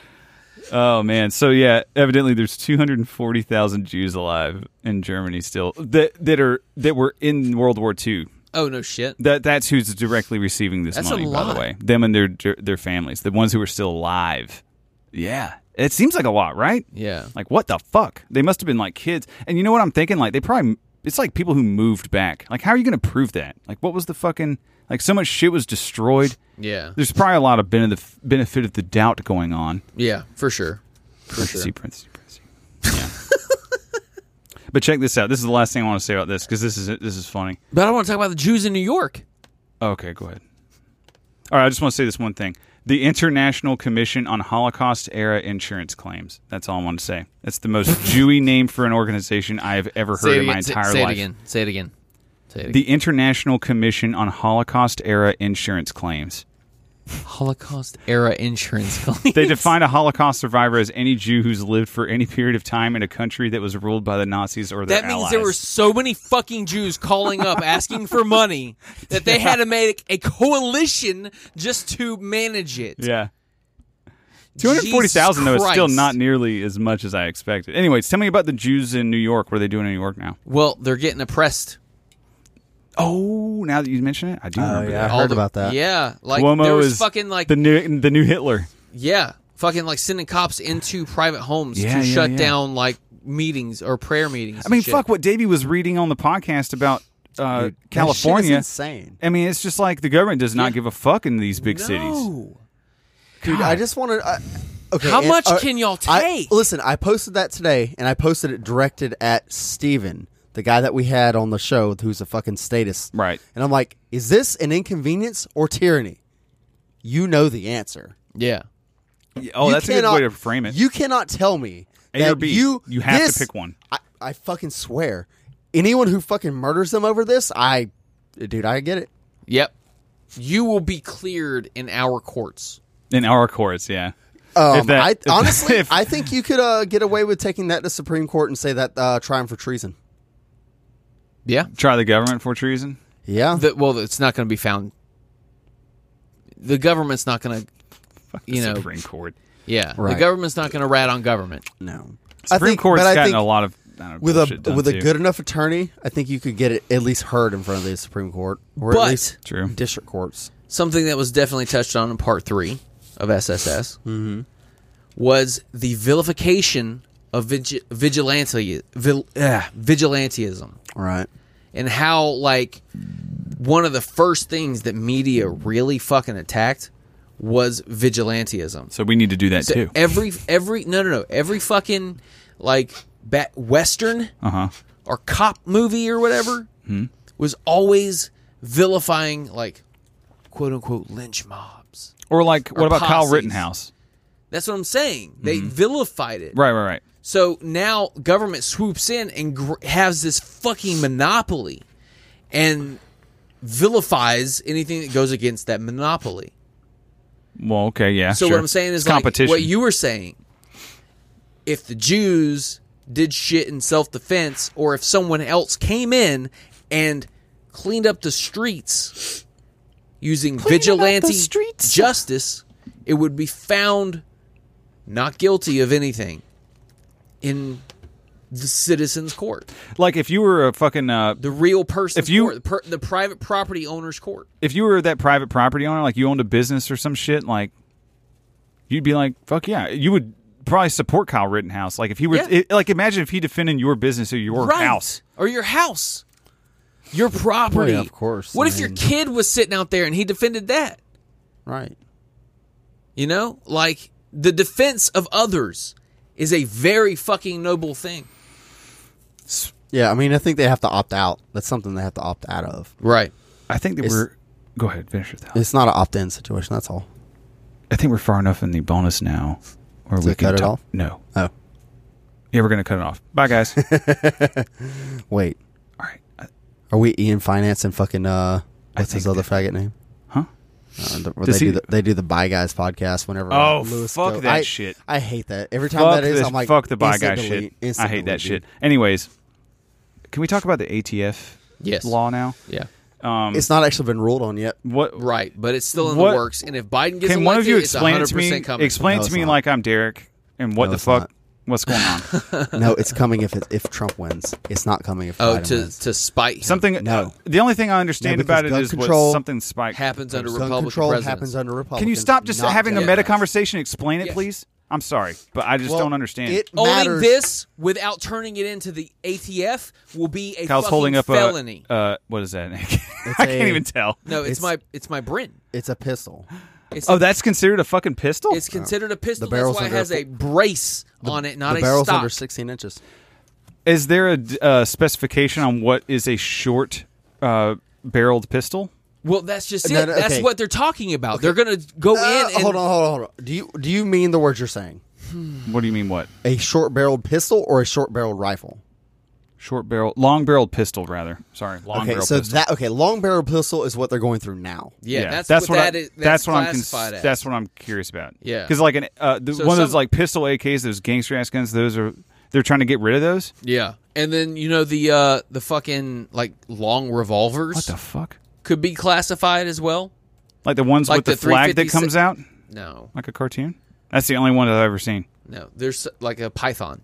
Oh man. So yeah, evidently there's 240,000 Jews alive in Germany still that that are that were in World War II.
Oh no, shit.
That that's who's directly receiving this
That's a
money by
lot.
the way. Them and their their families, the ones who are still alive. Yeah. It seems like a lot, right?
Yeah.
Like what the fuck? They must have been like kids. And you know what I'm thinking? Like they probably it's like people who moved back. Like how are you going to prove that? Like what was the fucking Like so much shit was destroyed.
Yeah.
There's probably a lot of benef- benefit of the doubt going on.
Yeah, for sure. For sure.
Parentheses, parentheses, parentheses. Yeah. but check this out. This is the last thing I want to say about this because this is this is funny.
But I want to talk about the Jews in New York.
Okay, go ahead. All right, I just want to say this one thing. The International Commission on Holocaust Era Insurance Claims. That's all I want to say. That's the most Jewy name for an organization I have ever heard
Say it
in my
again. Say-
entire
say
life.
it again. Say it again. Say it again.
The International Commission on Holocaust Era Insurance Claims.
Holocaust era insurance claim.
They define a Holocaust survivor as any Jew who's lived for any period of time in a country that was ruled by the Nazis or their
That means
allies.
there were so many fucking Jews calling up asking for money that they had to make a coalition just to manage it.
yeah. 240,000 though is still
Jesus Christ.
not nearly as much as I expected. Anyways, tell me about the Jews in New York. What are they doing in New York now?
Well, they're getting oppressed.
Oh, now that you mention it, I do remember
yeah. I
that.
heard
the-
about that.
Yeah, like
Cuomo
there was
is
fucking like
the new the new Hitler.
yeah, fucking like sending cops into private homes
Yeah,
to
yeah,
shut
yeah.
down like meetings or prayer meetings.
I mean, fuck what Davey was reading on the podcast about uh, California.
That shit is insane.
I mean, it's just like the government does not give a fuck in these big cities.
Dude, I just wanted. I, okay,
How
and-
much
uh,
can y'all
I-
take?
listen, I posted that today, and I posted it directed at Steven, the guy that we had on the show, who's a fucking statist,
Right.
And I'm like, is this an inconvenience or tyranny? You know the answer.
Yeah,
Oh,
You
that's a
cannot-
good way to frame it.
You cannot tell me
A
that
or B.
you
You have to
this-
pick one.
I, I fucking swear, anyone who fucking murders them over this, I, dude, I get it.
yep. You will be cleared in our courts.
in our courts, yeah.
Um,
If that-
I,
if-
honestly,
if-
I think you could uh, get away with taking that to Supreme Court and say that uh, trying for treason.
Yeah.
Try the government for treason.
Yeah,
The, well, it's not going to be found. The government's not going to, you know,
Supreme Court.
yeah.
Right.
The government's not going to rat on government.
no. I
Supreme
think,
Court's
but I
gotten
think
a lot of I don't know,
with
bullshit
a
done
with a
too.
good enough attorney. I think you could get it at least heard in front of the Supreme Court or
But-
at least
True.
district courts.
Something that was definitely touched on in part three of SSS was the vilification of vigi- vigilante vil, uh, vigilantism
All right.
and how like one of the first things that media really fucking attacked was vigilantism.
So we need to do that
So
too.
every every no no no every fucking like bat western
Uh huh.
or cop movie or whatever was always vilifying like quote unquote lynch mobs.
Or like, what
Or
about Kyle
posses.
Rittenhouse?
That's what I'm saying. They vilified it.
Right, right, right.
So now government swoops in and gr- has this fucking monopoly and vilifies anything that goes against that monopoly.
Well, okay, yeah.
So
sure.
what I'm saying is
It's
like
competition.
what you were saying. If the Jews did shit in self defense, or if someone else came in and cleaned up the streets using vigilante justice, it would be found not guilty of anything in the citizens' court,
like if you were a fucking uh,
the real person's
If you-
court, the, per, the private property owner's court.
if you were that private property owner, like you owned a business or some shit, like you'd be like, fuck yeah, you would probably support Kyle Rittenhouse. Like if he were,
Yeah.
it, like imagine if he defended your business or your
right.
house.
or your house, your property.
of course.
What
I
if your
mean-
kid was sitting out there and he defended that?
Right.
You know, like the defense of others is a very fucking noble thing.
Yeah, I mean, I think they have to opt out. That's something they have to opt out of.
Right.
I think that
It's-
we're. Go ahead, finish your thought.
It's not an opt-in situation. That's all.
I think we're far enough in the bonus now, where we
it
can
cut it
talk-
off?
No,
Oh,
yeah, we're gonna cut it off. Bye, guys. All
wait.
right. I-
Are we Ian Finance and fucking uh? What's
think
his other
that-
faggot name?
Huh?
Uh, the- where
Does
they,
he-
do the, they do the Bye Guys podcast whenever.
Oh,
uh, Lewis
fuck
goes-
that
I-
shit.
I hate that. Every time
fuck
that is,
this-
I'm like,
fuck the bye
instant
guy
delete,
shit. I
instant
hate that
delete,
shit.
dude.
Anyways, can we talk about the ATF
Yes.
law now?
Yeah.
Um,
It's not actually been ruled on yet.
What
Right. But it's still in
What-
the works. And if Biden gets
can
elected,
one of you
it's
explain it
100%
to me?
coming.
Explain
No,
it to
it's
me
not.
like I'm Derek and what
No,
the
it's
fuck?
not.
What's going on?
No, it's coming if it, if Trump wins. It's not coming if
oh,
Biden
to,
wins.
to spite him.
Something.
No.
The only thing I understand
No, because
about it
gun
is what
control
something spiked.
happens under
Gun
Republican
control
presidents.
happens under Republicans.
Can you stop just
not
having a
Democrats.
meta conversation? Explain it,
Yes.
please. I'm sorry, but I just
Well,
don't understand.
It
Owning
matters.
this without turning it into the ATF will be a
Kyle's
fucking
holding up
felony.
a uh, what is that? Nick? I can't
a-
even tell.
no, it's,
it's-
my it's my Brin.
It's a pistol.
It's,
Oh, that's considered a fucking pistol.
it's considered a pistol.
The
That's
barrel's
why it
under
has
a-
a brace on it, not
the
a
barrel's
stock.
under 16 inches.
Is there a d- uh, specification on what is a short uh, barreled pistol?
Well, that's just it.
No, no,
That's
okay.
what they're talking about. They're gonna go
Uh,
in. And,
hold on, hold on, hold on. Do you do you mean the words you're saying?
What do you mean? What
A short barreled pistol or a short barreled rifle?
short barrel, long barreled pistol rather? Sorry, long
okay,
barrel
so
pistol.
that okay, long barreled pistol is what they're going through now.
Yeah, that's, what,
I-
that is. That's,
what I'm cons-
classified as.
that's what I'm curious about.
Yeah.
because like an uh, the,
So
one of those
some-
like pistol AKs, those gangster ass guns. Those are they're trying to get rid of those.
Yeah, and then you know the uh the fucking like long revolvers
What the fuck?
could be classified as well.
Like the ones
Like
with the,
the
flag that
356
comes out
No,
like a cartoon. That's the only one that I've ever seen.
no, there's like a python,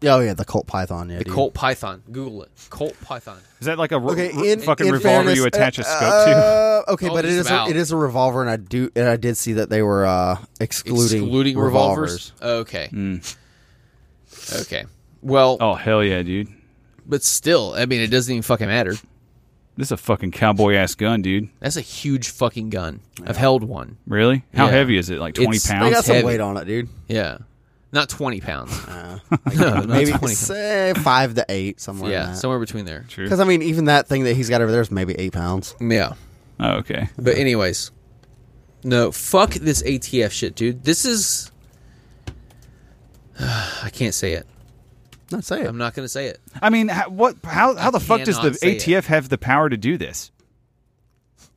Yeah, oh yeah, the Colt Python. Yeah,
the
dude.
Colt python. Google it, Colt python.
Is that like a r-
Okay,
r-
in,
fucking
in
revolver
fairness,
you attach a
uh,
scope to?
uh, okay,
Oh,
but it
just
is a,
about.
it is a revolver, and I do and I did see that they were uh, excluding Hmm.
Excluding revolvers. Okay. Okay. Well,
Oh hell yeah, dude!
but still, I mean, it doesn't even fucking matter.
This is a fucking cowboy ass gun, dude.
That's a huge fucking gun. I've held one.
Really? How
Yeah.
heavy is it? Like twenty
It's-
They
pounds?
got some
heavy.
weight on it, dude.
Yeah, not twenty pounds.
Uh, Like,
not
maybe
20.
say five to eight somewhere.
yeah,
in that.
somewhere between there. True.
Because I mean, even that thing that he's got over there is maybe eight pounds.
Yeah.
Oh, okay.
But anyways, no, fuck this ATF shit, dude. This is I can't say it.
Not say it.
I'm not going to say it.
I mean, how, what? How? How the fuck does the
cannot say it.
ATF have the power to do this?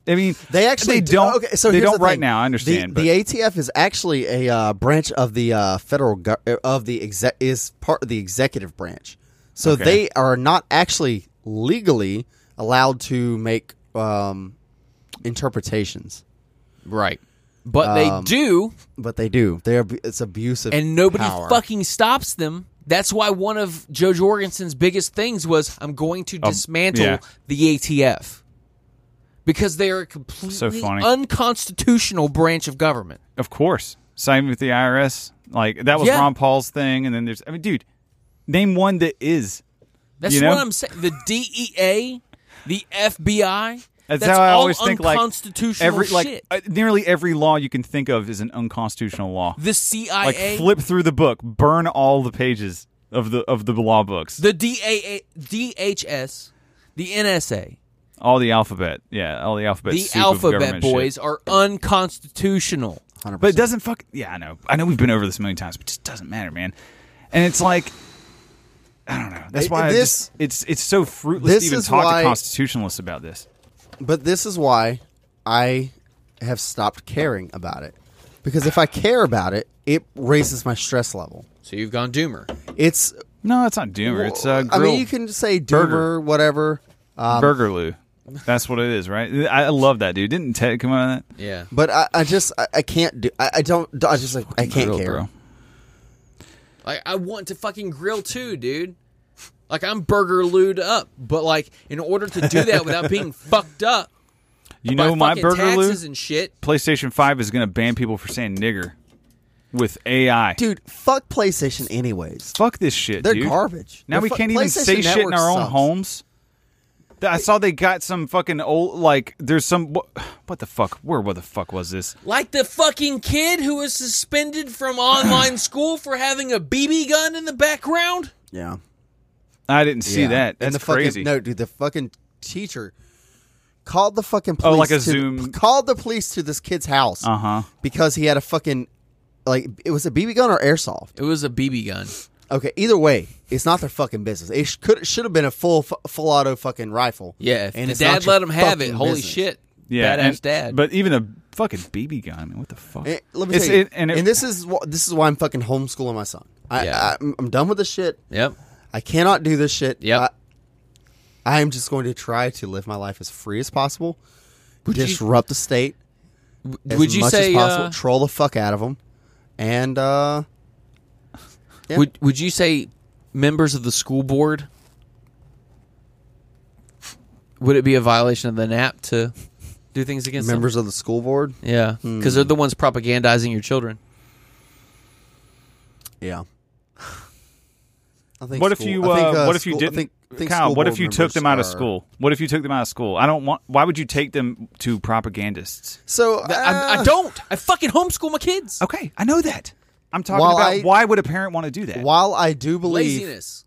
I mean,
They
they
actually do-
don't.
Okay, so
they
here's
don't
the
right
thing.
now. I
The-
understand, but
The, ATF is actually a uh, branch of the uh, federal go- uh, of the exec- is part of the executive branch. So
Okay.
they are not actually legally allowed to make um, interpretations,
Right. But
Um,
they do
but they do. They are it's abusive
and nobody
power.
fucking stops them. That's why one of Joe Jorgensen's biggest things was I'm going to dismantle
Um, yeah.
the ATF. Because they are a completely
funny.
unconstitutional branch of government.
of course, same with the IRS. Like that was
Yeah.
Ron Paul's thing, and then there's. I mean, dude, name one that is.
That's
You know?
what I'm saying. The DEA, the FBI.
That's,
That's,
how I
all
always think. Like
unconstitutional
every, like
shit.
uh, nearly every law you can think of is an unconstitutional law.
the
like
CIA,
flip through the book, burn all the pages of the of the law books,
the DAA, DHS, the NSA,
all the alphabet. Yeah, all the alphabet.
the
soup of
Alphabet
government shit.
Boys are unconstitutional.
100%.
But it doesn't fuck. Yeah, I know. I know we've been over this a million times, but it just doesn't matter, man. And it's like, I don't know. That's
It-
why
this-
this, it's it's so fruitless
this
to even
is
talk
why-
to constitutionalists about this.
But this is why I have stopped caring about it. Because if I care about it, it raises my stress level.
So you've gone doomer.
It's
No, it's not doomer. it's uh,
I
grill,
mean, you can say um,
burger.
doomer, whatever.
burgerloo. That's what it is, right? I I love that dude. Didn't Ted come out of that?
Yeah.
But I, I just I, I can't do I, I don't I just like I can't
Grill,
care.
bro.
Like I want to fucking grill too, dude. Like I'm burger lewd up, but like in order to do that without being fucked up
You
by
know my
fucking
burgerloo.
taxes and shit.
PlayStation Five is going to ban people for saying nigger with AI.
Dude, fuck PlayStation anyways.
fuck this shit.
They're
dude.
garbage.
Now
They're
we
fu-
can't even
PlayStation
say shit in
Network
our own
sucks.
homes. Th- I saw they got some fucking old like there's some what, what the fuck where what the fuck was this?
Like the fucking kid who was suspended from online school for having a BB gun in the background?
Yeah.
I didn't see
Yeah.
that. That's
And the fucking,
crazy.
No, dude, the fucking teacher called the fucking
Oh,
police
like a
to,
Zoom-
called the police to this kid's house
Uh-huh.
because he had a fucking like it was a BB gun or airsoft.
It was a BB gun.
Okay, either way, it's not their fucking business. It sh- could should have been a full fu- full auto fucking rifle.
Yeah, if the
it's not
dad
your
let him have it.
fucking
Holy
business.
shit.
Yeah,
Badass
and-
dad.
But even a fucking BB gun. I mean, what the fuck?
Eh, let me
It's-
tell you,
it- and, it,
this is wh- this is why I'm fucking homeschooling my son. I,
Yeah.
I, I'm- I'm done with this shit.
Yep.
I cannot do this shit.
Yep.
I, I am just going to try to live my life as free as possible, disrupt the state as
would you
much
say
as possible,
uh,
troll the fuck out of them, and uh, Yeah.
would would you say members of the school board would it be a violation of the NAP to do things against them?
members of the school board.
Hmm. Yeah, because they're the ones propagandizing your children.
Yeah. I think
What if
school-
you?
I think,
uh, what if you
school- I
didn't?
think- I think
Kyle,
school
what if
board
you took
members
them out of
are-
school? What if you took them out of school? I don't want. Why would you take them to propagandists?
So
I, I
uh,
don't. I fucking homeschool my kids.
Okay, I know that. I'm talking
While
about
I-
why would a parent want to do that?
While I do believe,
Laziness.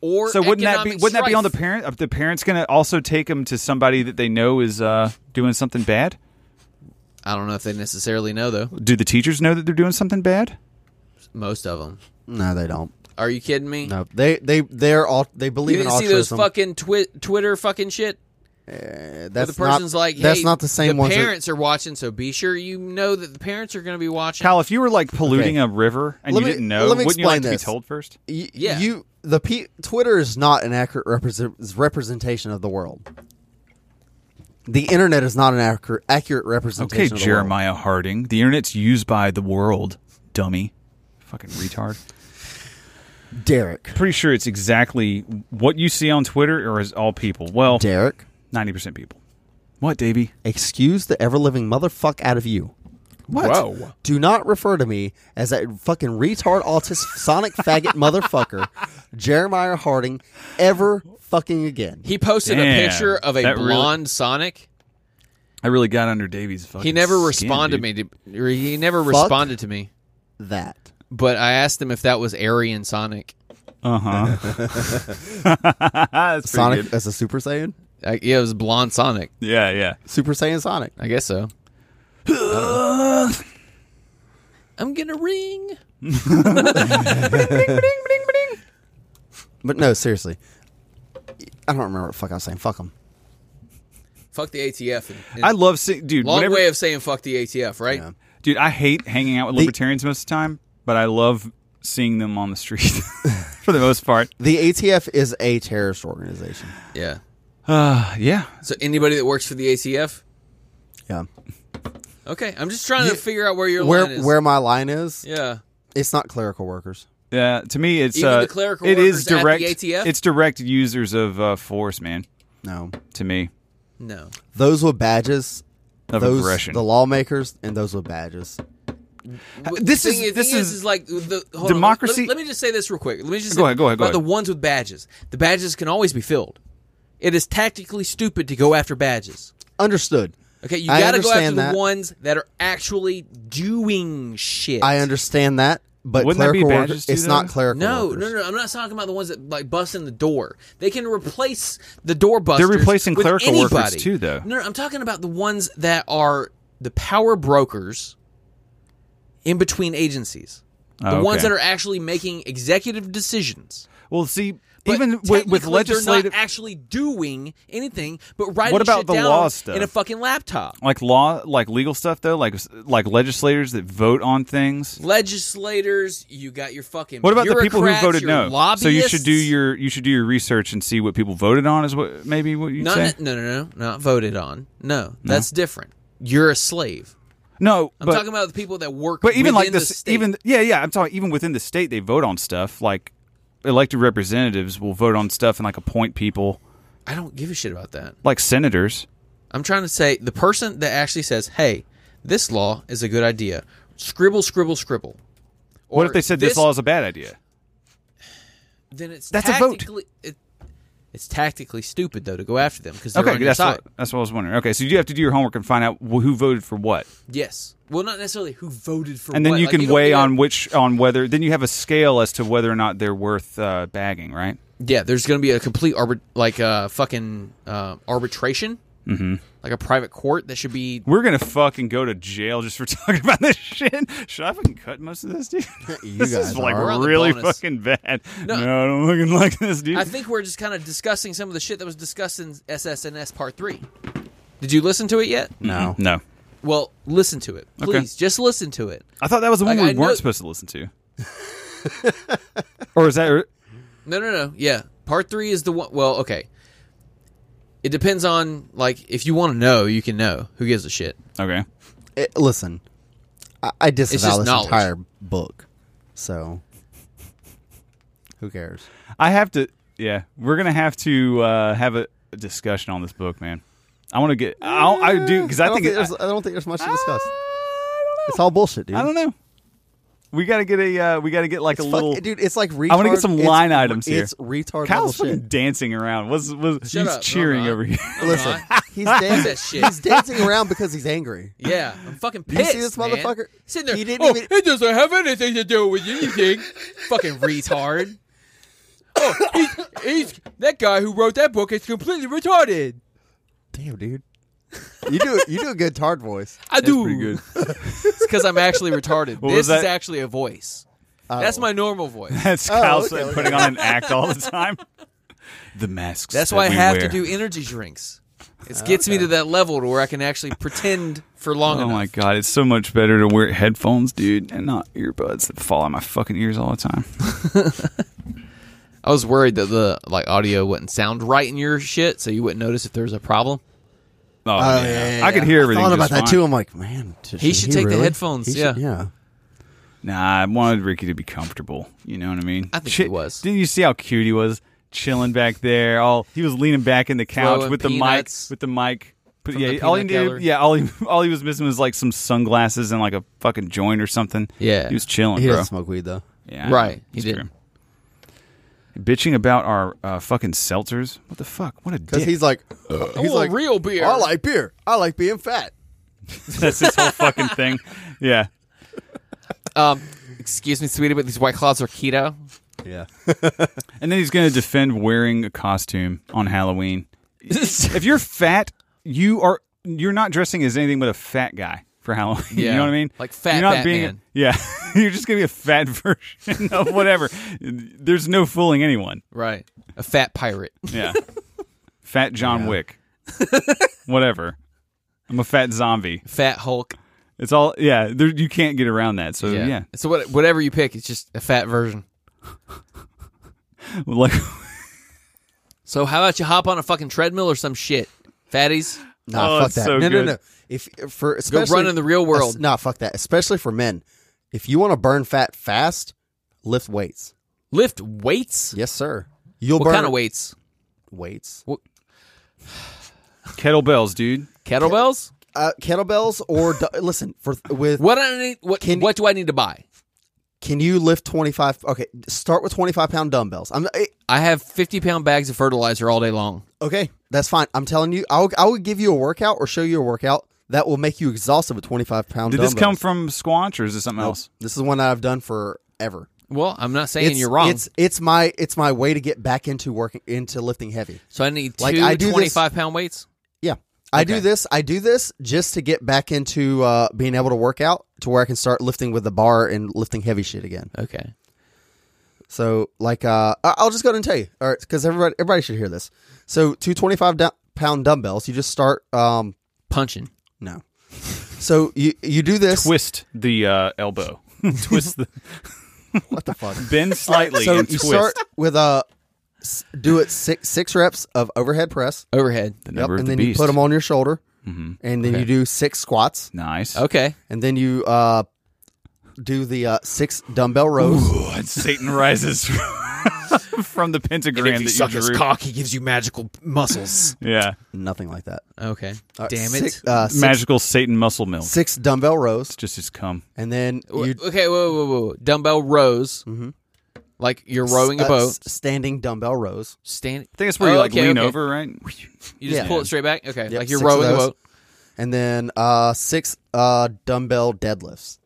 Or
so wouldn't that be
economic
wouldn't that be on the
strife.
parent? If the parent's going to also take them to somebody that they know is uh, doing something bad.
I don't know if they necessarily know though.
Do the teachers know that they're doing something bad?
Most of them.
no, they don't.
Are you kidding me?
No, they they they're all they
You
believe in
didn't see
altruism.
those fucking twi- Twitter fucking shit. Where
that's
the person's
not,
like, hey,
that's not the same
The
ones. that-
parents are watching, so be sure you know that the parents are going to be watching.
Kyle, if you were like polluting
Okay.
a river and
Let
you
me-
didn't know,
let me
wouldn't you like
explain
to be
this.
told first?
Y-
Yeah.
you the pe- Twitter is not an accurate represent- representation of the world. The internet is not an accurate accurate representation.
Okay,
of the
Jeremiah Harding. The internet's used by the world, dummy. Fucking retard.
world. Derek.
Pretty sure it's exactly what you see on Twitter or is all people? Well,
Derek,
90% people. What, Davey?
excuse the ever living motherfuck out of you.
What?
Whoa.
Do not refer to me as that fucking retard autist sonic faggot motherfucker, Jeremiah Harding, ever fucking again.
He posted
Damn,
a picture of a
that really-
blonde Sonic.
I really got under Davey's fucking
He never
skin, dude.
responded me. To, or he never
Fuck.
responded to me.
That.
But I asked him if that was Aryan Sonic.
Uh-huh. Ah, That's pretty
Sonic
good.
as a Super Saiyan?
I, yeah, it was blonde Sonic.
Yeah, yeah.
Super Saiyan Sonic.
I guess so. I'm gonna ring.
But no, seriously. I don't remember what the fuck I was saying. Fuck them.
Fuck the ATF. And, and
I love seeing dude,
long
whenever
way of saying fuck the ATF, right?
Yeah.
Dude, I hate hanging out with
The-
libertarians most of the time, but I love seeing them on the street for the most part.
The ATF is a terrorist organization.
Yeah.
Uh, yeah.
So anybody that works for the ATF,
Yeah.
okay. I'm just trying to figure out where your
Where
line is.
where my line is,
Yeah.
it's not clerical workers.
Yeah, to me, it's
Even
uh,
the clerical
it is
workers at the
direct.
ATF?
It's direct users of uh, force, man.
No.
To me,
No.
Those with badges,
of
those
aggression.
the lawmakers and those with badges.
This
thing
is-
thing
this
is,
is-
like the hold on,
Democracy-
let, let me just say this real quick. Let me just
Go
say
ahead, go ahead, go
about
ahead.
The ones with badges, the badges can always be filled. It is tactically stupid to go after badges.
Understood.
Okay, you
I
got to go after
understand that.
the ones that are actually doing shit.
I understand that, but
Wouldn't there be
clerical
badges
workers
too,
it's not
though?
clerical
No,
workers.
no, no. I'm not talking about the ones that like bust in the door. They can replace the door busters.
They're replacing
with
clerical workers,
anybody.
too, though.
No, no, I'm talking about the ones that are the power brokers in between agencies. The
Oh,
ones
okay.
that are actually making executive decisions.
well, see,
But
even with, with
technically,
legislative,
they're not actually doing anything, but writing
What about
shit
the
down
law stuff?
in a fucking laptop.
like law, like legal stuff though, like like legislators that vote on things.
Legislators, you got your fucking.
What about the people who
bureaucrats,
voted
your
no? So you should do
lobbyists.
your you should do your research and see what people voted on. Is what maybe what you
Not,
say?
no, no, no, not voted on. No, that's different. You're a slave.
no,
I'm
but,
talking about the people that work.
But even like
within the
this,
state.
even yeah, yeah. I'm talking even within the state, they vote on stuff. Like elected representatives will vote on stuff and like appoint people,
I don't give a shit about that.
like senators.
I'm trying to say the person that actually says, "Hey, this law is a good idea." Scribble, scribble, scribble.
What
Or
if they said this, law is a bad idea?
Then it's
That's a vote.
tactically- It, it's tactically stupid though to go after them because they're on
Okay,
your
that's
side.
what, that's what I was wondering. Okay, so you have to do your homework and find out wh- who voted for what,
Yes. Well, not necessarily who voted for.
and then
what.
you
Like,
can
don't
weigh
do that-
on which on whether. Then you have a scale as to whether or not they're worth uh, bagging, right?
Yeah, there's going to be a complete arbit- like uh, fucking uh, arbitration, mm-hmm. like a private court that should be
We're gonna fucking go to jail just for talking about this shit. Should I fucking cut most of this, dude?
You
this
guys
is like
are.
We're on the
really
bonus.
fucking bad. No.
No.
I don't fucking like this, dude.
I think we're just kind of discussing some of the shit that was discussed in SSNS Part Three. Did you listen to it yet?
no.
no.
Well, listen to it, please. Just listen to it.
I thought that was the one
Like,
we
I know-
weren't supposed to listen to. or is that? er,
No, no, no. Yeah, Part Three is the one. Well, okay. It depends on like if you want to know, you can know. Who gives a shit?
Okay.
It- listen, I, I
just
disavow this
knowledge.
entire book, so who cares?
I have to. Yeah, we're gonna have to uh, have a a discussion on this book, man. I want to get. I'll, I do because I,
don't
think. it- Ah,
there's, I, don't think there's much to discuss. It's all bullshit, dude.
I, I don't know. We gotta get a. Uh, we gotta get like
It's
a
fuck-
little.
dude, it's like retard.
I wanna get some
it's-
line items here.
It's retard
Kyle's
level
fucking
shit.
dancing around. Was was
Shut
he's
up. No, I'm
cheering
not.
over here?
I'm
Listen,
not.
he's dancing.
that shit.
He's dancing around because he's angry.
Yeah, I'm fucking
You see
pissed.
this
man.
motherfucker?
Sitting there.
He didn't
oh,
even-
it doesn't have anything to do with anything. fucking retard. Oh, he's, he's that guy who wrote that book is completely retarded.
Damn, dude. You do you do a good tard voice.
I do.
Pretty good.
It's because I'm actually retarded.
What was
this is
that?
actually a voice.
Oh.
That's my normal voice.
That's
Oh,
Kyle
okay,
Sutton
okay.
putting on an act all the time. The masks.
That's
that
why I
we
have
wear.
to do energy drinks.
Ah,
It gets me to that level to where I can actually pretend for long
Oh
enough.
my god, it's so much better to wear headphones, dude, and not earbuds that fall out my fucking ears all the time.
I was worried that the like audio wouldn't sound right in your shit, so you wouldn't notice if there was a problem.
Oh,
Oh,
yeah.
yeah, yeah,
I could
yeah.
hear
I
everything.
thought about
just
that
fine.
too. I'm like, man, should
He should take the
really?
headphones,
He
yeah.
should- yeah.
Nah, I wanted Ricky to be comfortable. You know what I mean?
I think
Chi-
he was.
Didn't you see how cute he was chilling back there? All he was leaning back in the couch
Throwing
with the
peanuts
mic, with the mic. But
from
yeah,
the
all he
peanut
needed,
gallery.
yeah, all he all he was missing was like some sunglasses and like a fucking joint or something.
Yeah.
he was chilling,
He
bro.
doesn't smoke weed though.
Yeah,
Right, he
it's
did.
true. Bitching about our uh, fucking seltzers. What the fuck? What a
Because
dick.
he's like, he's
want
like
real beer.
I like beer. I like being fat.
That's his whole fucking thing. Yeah.
Um, excuse me, sweetie, but these white claws are keto.
Yeah.
And then he's going to defend wearing a costume on Halloween. if you're fat, you are you're not dressing as anything but a fat guy for Halloween. you
Yeah.
know what I mean?
Like fat
you're not
Batman.
being Yeah. you're just going to be a fat version of whatever. There's no fooling anyone.
Right, a fat pirate.
Yeah. fat John Wick. whatever. I'm a fat zombie.
fat Hulk.
It's all yeah, there, you can't get around that.
Oh,
So yeah.
So what, whatever you pick, it's just a fat version.
Like
So how about you hop on a fucking treadmill or some shit, fatties?
Nah,
Oh,
fuck
it's
that.
so
no,
good.
no, no. If for especially
run in the real world.
es- Nah, fuck that. Especially for men. If you want to burn fat fast, lift weights.
Lift weights.
Yes, sir. You'll
What
burn
kind of weights?
weights.
kettlebells, dude.
Kettlebells.
Uh, kettlebells or du- listen for with
What I need. What
Can-
What do I need to buy?
can you lift twenty five? Okay, start with twenty five pound dumbbells. I'm eh,
I have fifty pound bags of fertilizer all day long.
okay. That's fine. I'm telling you, I will I will give you a workout or show you a workout that will make you exhausted with twenty five pound.
Did this come
dumbbells.
from Squanch or is this something
No,
else?
This is one that I've done forever.
Well, I'm not saying you're wrong.
It's it's my it's my way to get back into working into lifting heavy.
so I need two
like, I do this-
25 pound weights.
Yeah. I do
Okay.
this. I do this just to get back into uh, being able to work out to where I can start lifting with the bar and lifting heavy shit again.
Okay.
So, like, uh, I- I'll just go ahead and tell you, all right, because everybody everybody should hear this. So, two twenty five pound dumbbells. You just start. Um,
Punching.
no. So you you do this.
twist the uh, elbow. twist the
What the fuck?
bend slightly
so you
and twist.
start with a s- do it six six reps of overhead press.
Overhead.
the
Yep,
number
and
of
then
the
you
beast. Mm-hmm.
put them on your shoulder, and then you do six squats,
Nice.
Okay.
and then you uh, do the uh, six dumbbell rows.
Oh, and Satan rises from the pentagram that you drew.
he gives you magical muscles.
yeah,
Nothing like that.
Okay.
All right,
Damn it.
Six, uh, six,
magical Satan muscle milk.
six dumbbell rows,
Just his cum.
and then
Wh-
you
okay. Whoa, whoa, whoa. Dumbbell rows. Like you're rowing a
uh,
boat.
Mm-hmm. s- standing dumbbell rows.
Stand.
I think that's where you
Oh,
like
okay,
lean
okay.
over, right?
You just
Yeah.
pull it straight back. Okay. like
six
you're
of
rowing a
those.
boat.
and then uh, six uh, dumbbell deadlifts.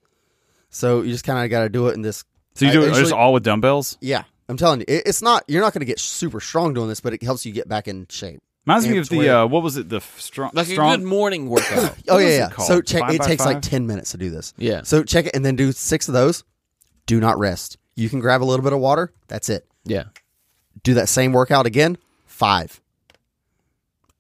So you just kind of got to do it in this.
So you
I
do it
usually-
just all with dumbbells.
Yeah, I'm telling you, it, it's not. You're not going to get super strong doing this, but it helps you get back in shape.
Reminds me
Yeah,
of the
twelve.
uh, what was it? The f- strong,
Like a good
strong
morning workout.
Oh
What
yeah,
is it
yeah.
called?
So check.
Five
It
by
takes
five?
like ten minutes to do this.
Yeah.
So check it and then do six of those. Do not rest. You can grab a little bit of water. That's it.
yeah.
Do that same workout again. Five,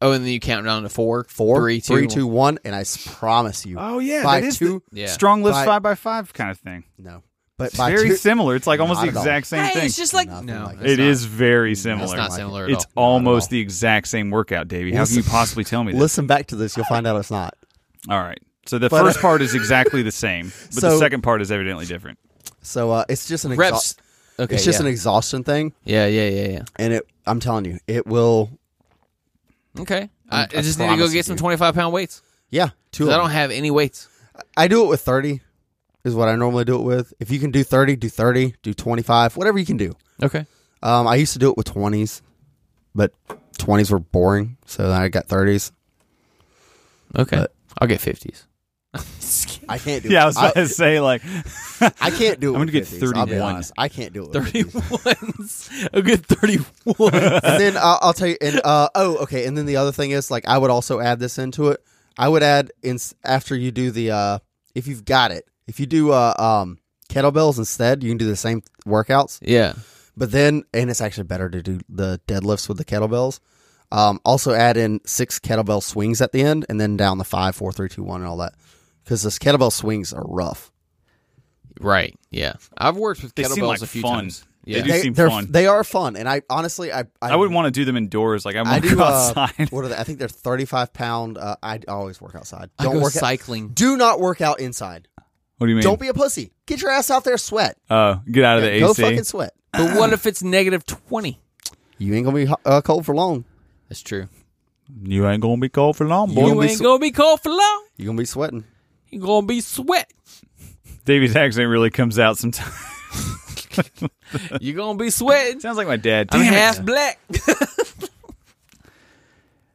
Oh, and then you count down to four,
four,
three, two,
three,
one.
two, one, and I s- promise you.
Oh, yeah,
by
that is the-
two,
Yeah.
strong lifts
By-
five by five kind of thing.
no, but
It's
by
very
two,
similar. It's like almost
Not
the
at all.
exact same
Hey,
thing.
it's just like
Nothing
no.
like
it's
It
not.
is very
It's
similar.
not similar at
It's
all.
almost the exact same workout, Davey. How can you
Listen-
possibly tell me this?
Listen back to this. You'll find out it's not.
All right. So the
But,
first
uh,
part is exactly the same, but the
so-
second part is evidently different.
So uh, it's just an
Reps.
exhaust.
Okay.
it's just
yeah.
an exhaustion thing,
yeah. Yeah. Yeah. Yeah.
and it. I'm telling you, it will.
Okay. I, I
I
just need to go
promise
get
it's
some
you.
25 pound weights.
Yeah, two. Of
'Cause I
them.
don't have any weights.
I do it with thirty. is what I normally do it with. If you can do 30, do 30, do 25, whatever you can do.
Okay.
Um, I used to do it with 20s, but 20s were boring, so then I got 30s.
Okay.
But-
I'll get 50s.
I can't do
Yeah, I
it.
was about to say like
I can't do it.
I'm gonna
with
get
50s, I'll be
31.
honest. I can't do it. with
31s. A good 31.
and then I'll, I'll tell you. And uh, oh, okay. And then the other thing is, like, I would also add this into it. I would add in after you do the uh, if you've got it. If you do uh, um, kettlebells instead, you can do the same workouts.
yeah.
But then, and it's actually better to do the deadlifts with the kettlebells. Um, also add in six kettlebell swings at the end, and then down the five, four, three, two, one, and all that. Because those kettlebell swings are rough.
Right. Yeah. I've worked with
They
kettlebells
seem like
a few
fun.
times.
They
Yeah.
do- seem
they're-
fun.
They are fun, and I honestly, I I,
I wouldn't want to do them indoors. Like I
I
want to
do.
go
Uh,
outside.
what are they? I think they're thirty-five pound. Uh, I always work outside.
I
Don't
go
work. out.
cycling.
do not work out inside.
What do you mean?
Don't be a pussy. Get your ass out there, sweat.
Uh, get out of the
go
AC.
fucking sweat.
but what if it's negative 20?
You ain't gonna be uh, cold for long.
That's true.
you ain't gonna be cold for long, boy.
gonna
You
be
ain't
sw-
going to be cold for long.
You gonna be sweating.
you going to be sweat.
Davy's accent really comes out sometimes.
you going to be sweating.
Sounds like my dad.
I'm
Damn it.
half black.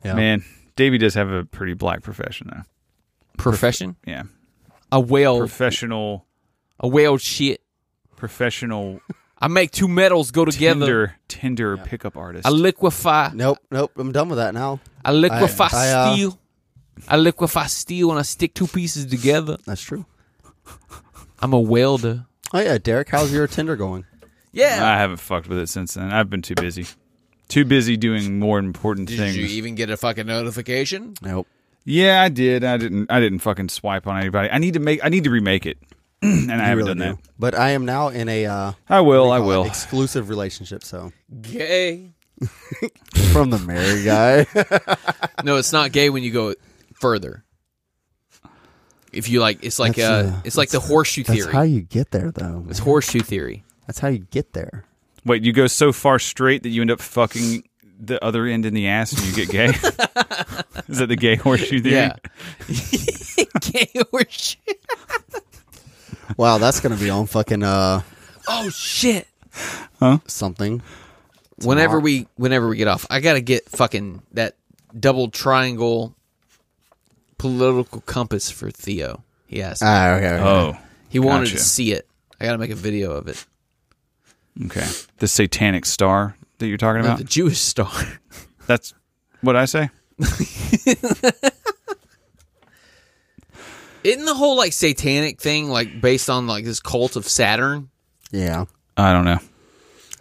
Man, Davey does have a pretty black profession though.
Profession?
Yeah,
A
Oh.
whale.
professional,
a whale shit.
professional
I make two metals go together.
Tinder Tinder pickup artist.
I liquefy.
Nope, nope. I'm done with that now.
I liquefy
I, uh,
steel. I liquefy steel and I stick two pieces together.
That's true.
I'm a welder.
Oh yeah, Derek, how's your Tinder going?
Yeah.
I haven't fucked with it since then. I've been too busy, too busy doing more important things.
even get a fucking notification?
Nope.
yeah, I did. I didn't. I didn't fucking swipe on anybody. I need to make. I need to remake it, and I
I
haven't
really
done
do.
that.
But I am now in a uh,
I will. I
uh,
will.
exclusive relationship. So
Gay.
from the married guy.
No, it's not gay when you go further. If you like, it's like
That's,
uh,
uh,
it's like the horseshoe
That's
theory.
how you get there, though.
it's
man.
horseshoe theory.
That's how you get there.
Wait, you go so far straight that you end up fucking the other end in the ass and you get gay? Is that the gay horseshoe theory?
Yeah. gay horseshoe.
Wow, that's gonna be on fucking uh
Oh shit.
something.
whenever we whenever we get off, I gotta get fucking that double triangle political compass for Theo. He asked.
Ah, okay, okay.
Oh,
he wanted to
gotcha.
see it. I gotta make a video of it.
okay. The satanic star that you're talking
No,
about?
the Jewish star.
That's what I say?
Isn't the whole like satanic thing like based on like this cult of Saturn?
yeah.
I don't know.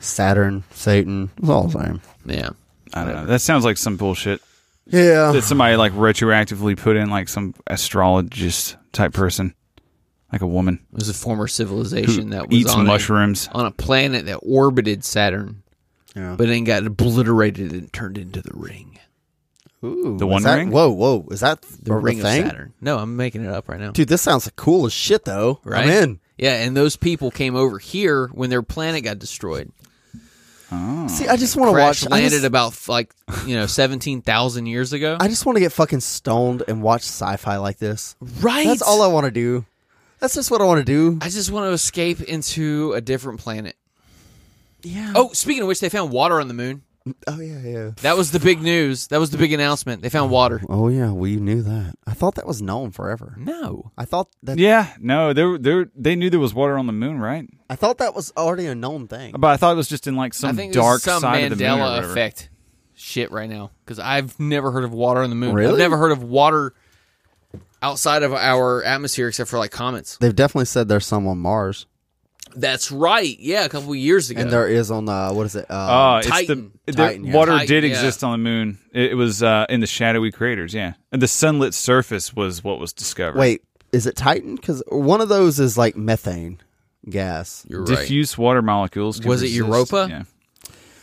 Saturn, Satan, it's all the same.
Yeah.
I don't know. That sounds like some bullshit
Yeah.
that somebody like retroactively put in like some astrologist type person, like a woman
It was a former
who
civilization that was
eats
on a-
mushrooms.
on a planet that orbited Saturn,
Yeah.
but then got obliterated and turned into the ring.
Ooh,
The
is
One
that-
Ring?
Whoa, whoa, is that
The
a
ring
thing?
of Saturn. No, I'm making it up right now.
Dude, this sounds cool as shit though.
right?
I'm in.
Yeah, and those people came over here when their planet got destroyed.
See, I just want to
Crash
watch. I
landed
just,
about like you know seventeen thousand years ago.
I just want to get fucking stoned and watch sci-fi like this.
right.
That's all I want to do. That's just what I want to do.
I just want to escape into a different planet.
Yeah.
Oh, speaking of which, they found water on the moon.
Oh yeah, yeah.
That was the big news. That was the big announcement. They found water.
Oh yeah, we knew that. I thought that was known forever.
No.
I thought that.
Yeah, no, they they they knew there was water on the moon, right?
I thought that was already a known thing.
Um,
But I thought it was just in like
I
some
think this is
dark
some
side
Mandela
of the moon. Or whatever.
effect shit right now because I've never heard of water on the moon. I've
Really?
never heard of water outside of our atmosphere except for like comets.
They've definitely said there's some on Mars,
That's right. Yeah, Ah, a couple of years ago.
and there is on the what is it? Uh,
Uh,
Titan.
It's the, there-
Titan, yeah.
Water
Titan,
did
yeah.
exist on the moon. It, it was uh, in the shadowy craters, yeah. And the sunlit surface was what was discovered.
wait, is it Titan? Because one of those is like methane gas.
You're right.
diffuse water molecules. can
Was it
persist.
Europa?
Yeah.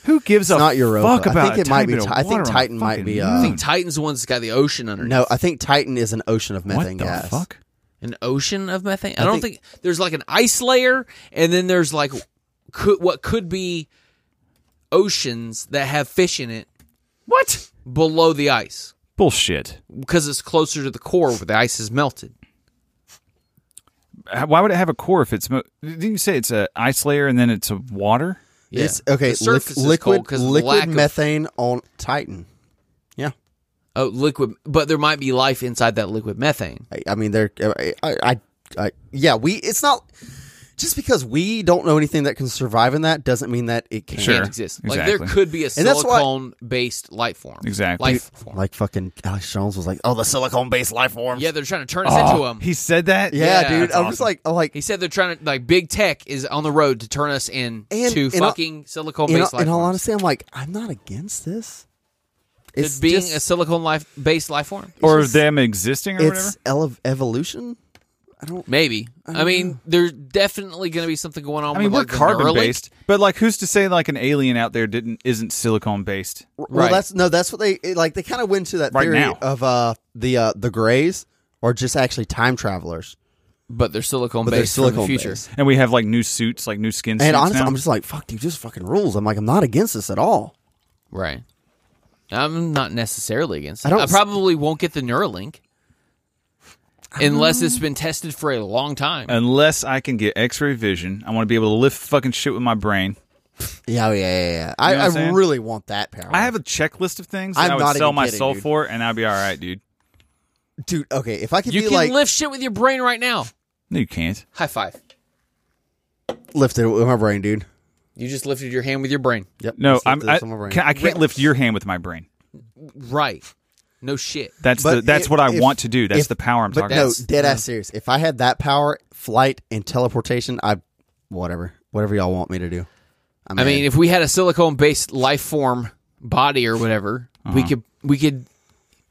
Who gives
It's
a
not Europa.
fuck
I
about
think
a
it might
tiny
be
bit of
Ti- I think
water on a
Titan might
fucking
be, uh,
I
moon?
think Titan's the one's that's got the ocean underneath.
No, I think Titan is an ocean of
what
methane
the
gas.
fuck?
an ocean of methane. I, don't think, there's like an ice layer, and then there's like could, what could be oceans that have fish in it. What below the ice
Bullshit.
because it's closer to the core where the ice is melted.
Why would it have a core if it's? Mo- Didn't you say it's a ice layer and then it's a water?
Yeah.
It's okay.
The surface
liq-
is
liquid
cold 'cause of the lack
liquid
of-
methane on Titan. Yeah,
Oh, liquid. But there might be life inside that liquid methane.
I, I mean, they're I, I, I, I, yeah. We it's not just because we don't know anything that can survive in that doesn't mean that it can't.
Can't
Sure.
exist. Like
Exactly.
there could be a
And that's why-
silicone-based life form.
Exactly.
Life form.
Like fucking Alex Jones was like, oh, the silicone based life forms.
yeah, they're trying to turn us into them.
Uh, He said that.
yeah,
Yeah,
dude.
that's
I'm just like, I'm like,
He said they're trying to like big tech is on the road to turn us in
And-
to
and I'll-
fucking silicone
in,
based
all-
life.
in all
forms.
honesty, I'm like, I'm not against this.
Could
It's
being
just-
a silicone life based life form.
Or them existing or whatever.
it's ele- evolution. I don't.
Maybe. I mean, there's definitely going to be something going on.
I mean,
with,
we're
like, the
carbon
Neuralink.
based, but like, who's to say like an alien out there didn't isn't silicone based?
Well,
Right.
that's no. That's what they it- like. They kind of went to that
Right
theory
now.
of uh the uh the Greys or just actually time travelers.
but they're silicone
But they're
based in the
silicone
future.
based.
And we have like new suits, like new skin suits
And honestly,
now.
I'm just like, fuck, dude, just fucking rules. I'm like, I'm not against this at all.
Right. I'm not necessarily against it.
I
I,
don't s-
probably won't get the Neuralink unless it's been tested for a long time.
Unless I can get X-ray vision, I want to be able to lift fucking shit with my brain.
Yeah, oh, yeah, yeah. yeah. I,
know what I'm
I
saying?
really want that power.
I have a checklist of things that I
I'm not
would sell
even
my
kidding,
soul
dude.
for, and I'd be all right, dude.
dude. Okay, if I could
you
be
can
like
lift shit with your brain right now.
No, you can't.
High five.
lifted with my brain, dude.
You just lifted your hand with your brain.
Yep.
No,
just
I'm,
lifted
I,
this with my brain.
can, I can't lift your hand with my brain.
Right. No shit.
That's
But
the, that's
i-
what I
if-
want to do. That's
if-
the power I'm
But
talking
no,
about.
dead ass serious. If I had that power, flight and teleportation, I whatever, whatever y'all want me to do. I'm
I
in.
mean, if we had a silicone based life form body or whatever,
Uh-huh.
we could we could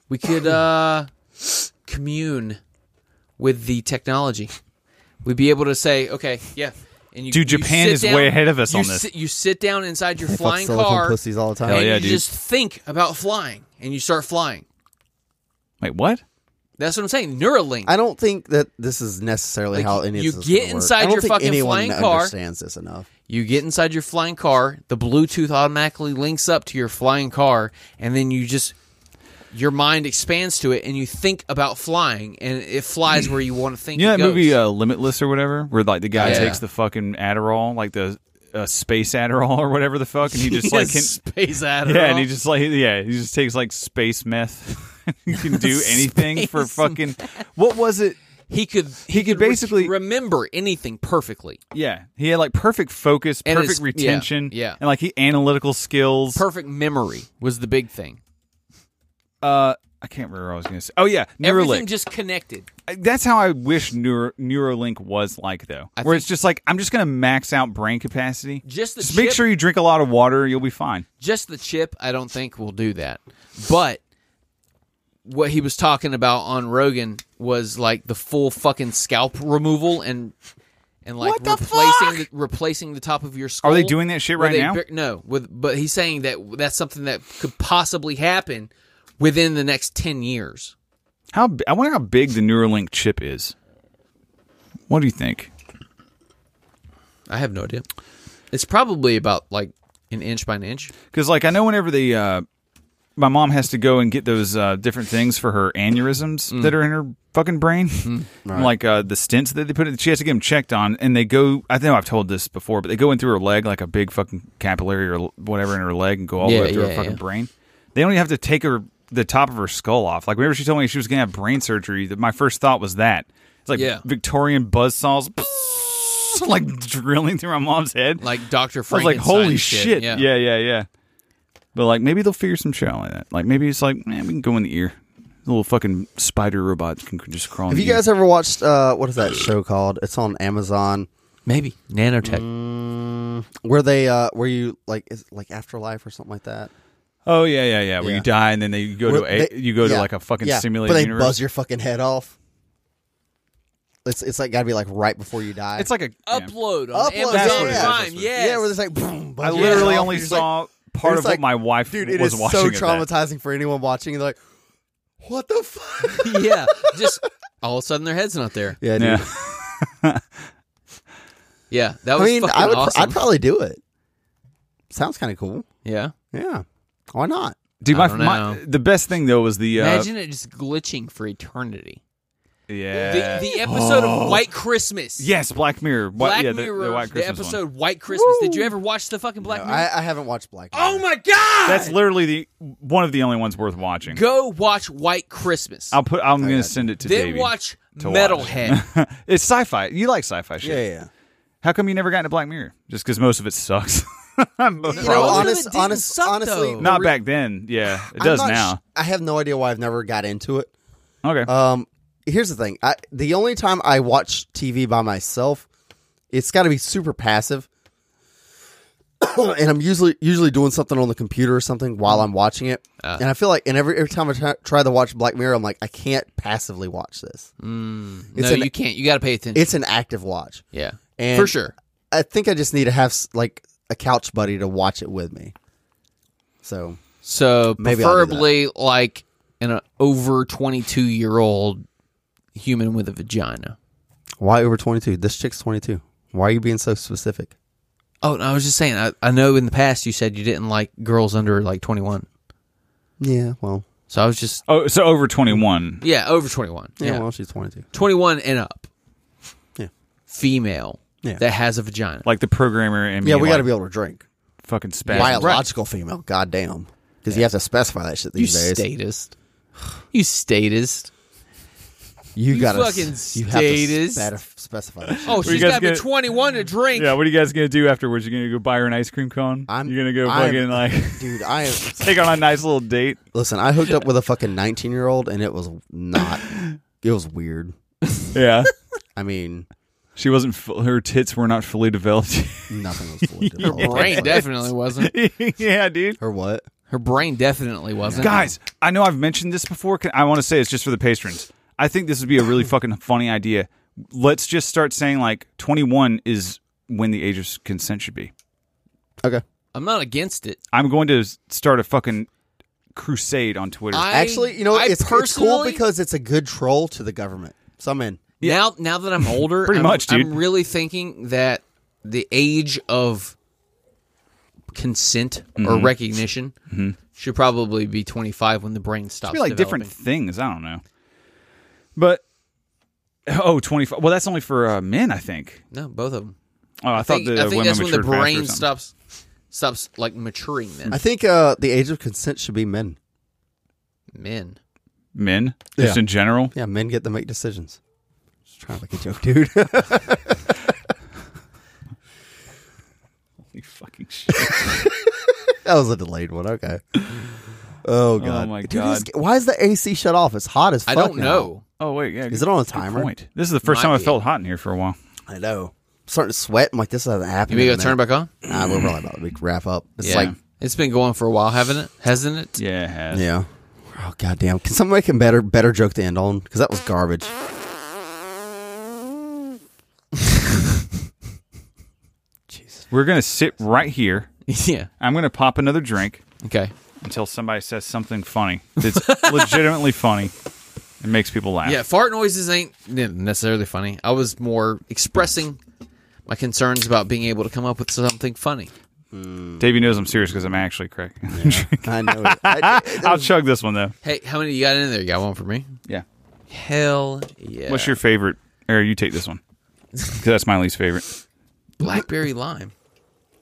we could uh commune with the technology. We'd be able to say, okay, yeah. And you,
Dude,
you
Japan
sit
is way ahead of us
you
on this.
sit- you sit down inside your
They fuck
flying
silicone
car,
pussies all the time.
Hell
and
yeah,
you
dude.
just think about flying, and you start flying.
Wait, what?
That's what I'm saying. Neuralink.
I don't think that this is necessarily
Like,
how any
you
of this is
get
gonna work.
inside
I don't
your
think
fucking
anyone
flying car.
understands this enough.
You get inside your flying car, the Bluetooth automatically links up to your flying car, and then you just your mind expands to it and you think about flying and it flies where you want to think.
You know
it
that
goes.
movie uh, Limitless or whatever, where like the guy
Yeah.
takes the fucking Adderall, like the uh, space Adderall or whatever the fuck, and he just like can,
space out
yeah, and he just like yeah, he just takes like space meth. he can do anything for fucking what was it?
he could he,
could
re-
basically-
remember anything perfectly,
Yeah, he had like perfect focus,
And
perfect
his- yeah,
retention,
yeah.
and like he analytical skills.
perfect memory was the big thing.
uh, I can't remember what I was gonna say. Oh yeah,
Everything
Neuralink.
just connected.
That's how I wish Neuro- Neuralink was like though,
I
where
think-
it's just like I'm just gonna max out brain capacity.
Just the
Just make
chip-
sure you drink a lot of water, you'll be fine.
just the chip i don't think will do that but what he was talking about on rogan was like the full fucking scalp removal and and like
What the
replacing
fuck?
the, replacing the top of your skull
Are they doing that shit
where
right
they
now?
bur- no with but he's saying that that's something that could possibly happen within the next 10 years
How b- I wonder how big the Neuralink chip is. What do you think?
i have no idea it's probably about like an inch by an inch
Because like I know whenever the uh, my mom has to go and get those uh, different things for her aneurysms
Mm.
that are in her fucking brain,
Mm-hmm.
like uh, the stents that they put in, she has to get them checked on, and they go. I know I've told this before, but they go in through her leg like a big fucking capillary or whatever in her leg and go all
Yeah,
the way through
yeah,
her fucking
yeah.
brain. They don't even have to take her the top of her skull off. Like whenever she told me she was gonna have brain surgery, that my first thought was that it's like
Yeah.
Victorian buzzsaws. Like drilling through my mom's head,
like dr
I was like,
frankenstein
holy
shit,
shit. Yeah. yeah, yeah, But like, maybe they'll figure some shit out like that. Like, maybe it's like, man, we can go in the ear. Little fucking spider robots can just crawl.
Have
in
you
the
guys ever watched uh, what is that show called? It's on Amazon
maybe nanotech
where they uh, where you like is it like afterlife or something like
Ear.
that.
Oh yeah, yeah, yeah. Where
Yeah.
you die and then they you go
Where
to a,
they-
you go to
yeah,
like a fucking
yeah,
simulated
But they
universe.
buzz your fucking head off. It's it's like got to be like right before you die.
it's like a yeah.
upload on
Upload, that's
amazon
what it is, that's
prime
what it is.
yes
yeah, where it's like boom.
I
buzz your head
literally
off,
only
and you're just like-
saw part
it's
of
like,
what my wife
dude. It
was
is
watching.
so
of that.
traumatizing for anyone watching. They're like, what the fuck?
yeah, just all of a sudden their head's not there.
Yeah, dude.
Yeah.
Yeah, that
I
was
mean,
fucking
I would. pr-
awesome.
I'd probably do it. Sounds kind of cool.
yeah,
Yeah. Why not?
Dude,
I
my,
don't
my
know.
the best thing though was the uh,
imagine it just glitching for eternity.
Yeah.
The, the episode of White Christmas.
yes, Black Mirror. Wha-
Black
yeah, the,
Mirror.
the White Christmas one.
episode White Christmas. Did you ever watch the fucking Black Mirror?
I, I haven't watched Black.
oh my god!
That's literally the one of the only ones worth watching.
Go watch White Christmas.
I'll put. I'm going to send it to
then
Davey
watch
to
Metalhead.
watch. it's sci-fi. You like sci-fi shit.
Yeah, yeah, yeah.
How come you never got into Black Mirror? Just because most of it sucks. Most-
You know,
Bro,
honest,
it didn't
honest,
suck,
honestly,
though.
not back then. Yeah, it does
I'm not
now.
sh- I have no idea why I've never got into it.
okay.
Um, here's the thing. I, the only time I watch TV by myself, it's got to be super passive, and I'm usually usually doing something on the computer or something while I'm watching it. and I feel like, and every every time I try, try to watch Black Mirror, I'm like, I can't passively watch this. it's
no,
an,
you can't. You got to pay attention.
It's an active watch.
yeah,
And
for sure.
I think I just need to have s- like a couch buddy to watch it with me. So
So
Maybe I'll do that.
preferably like an uh, over twenty two year old human with a vagina.
why over twenty two? This chick's twenty two. Why are you being so specific?
Oh, no, I was just saying. I, I know in the past you said you didn't like girls under like twenty one.
Yeah, well,
So I was just
oh, so over 21.
yeah over twenty one.
yeah,
Yeah,
well, she's twenty two.
twenty one and up.
Yeah.
female
Yeah.
that has a vagina.
Like the programmer and
Yeah,
me,
we
like,
got to be able to drink.
fucking spaz.
Biological female, goddamn, because you have to specify that shit
you
these days.
statist. You statist.
You, gotta
fucking
s- you have to
statist.
spec- specify that shit.
you
Oh, she's
guys
got to be
get-
21 to drink.
Yeah, what are you guys gonna do afterwards? You're gonna go buy her an ice cream cone.
I'm-
You're gonna go
I'm-
fucking like
dude, I am.
take on a nice little date.
Listen, I hooked up with a fucking nineteen year old, and it was not. It was weird.
Yeah,
I mean,
she wasn't. fu- Her tits were not fully developed.
nothing was fully developed.
brain definitely wasn't.
yeah, dude.
Or what?
Her brain definitely wasn't.
Guys, I know I've mentioned this before. Can- I want to say it's just for the patrons. I think this would be a really fucking funny idea. Let's just start saying like 21 is when the age of consent should be.
Okay.
I'm not against it.
I'm going to s- start a fucking crusade on Twitter.
I-
Actually, you know,
I
it's, it's cool
personally-
because it's a good troll to the government. So I'm in.
Now, now that I'm older,
Pretty
I'm,
much, dude.
I'm really thinking that the age of consent or
Mm-hmm.
recognition should probably be 25 when the brain stops.
be like
developing.
different things. I don't know. But oh, 25. Well, that's only for uh, men, I think.
No, both of them.
Oh, I,
I
thought
think,
the
I think
women
that's when the
matured faster or
brain
something.
stops stops like maturing. Then
I think uh, the age of consent should be men.
men.
Men, just
Yeah.
in general.
Yeah, men get to make decisions. Just trying to make a joke, dude.
Holy fucking shit.
That was a delayed one. Okay. Oh god.
my
Dude, it's-
God.
why is the AC shut off? It's hot as fuck.
I don't
now.
know.
Oh wait, yeah.
Is
good-
it on a
good
timer?
Point. This is the first
Might
time I
be.
felt hot in here for a while.
I know. I'm starting to sweat. I'm like, this hasn't
You
happened.
mean
in
go
a
turn it
minute.
back on?
Nah, we're probably about to be- wrap up. It's
yeah,
like,
it's been going for a while, haven't it? Hasn't it?
Yeah, it has.
yeah. Oh goddamn! Can someone make a better better joke to end on? Because that was garbage.
We're gonna sit right here.
yeah.
I'm gonna pop another drink
Okay.
until somebody says something funny that's legitimately funny and makes people laugh.
Yeah, fart noises ain't necessarily funny. I was more expressing my concerns about being able to come up with something funny.
Davey knows I'm serious because I'm actually cracking.
I know. It. I,
I'll chug this one though.
Hey, how many you got in there? You got one for me?
Yeah.
Hell yeah.
What's your favorite? Or you take this one because that's my least favorite.
blackberry lime?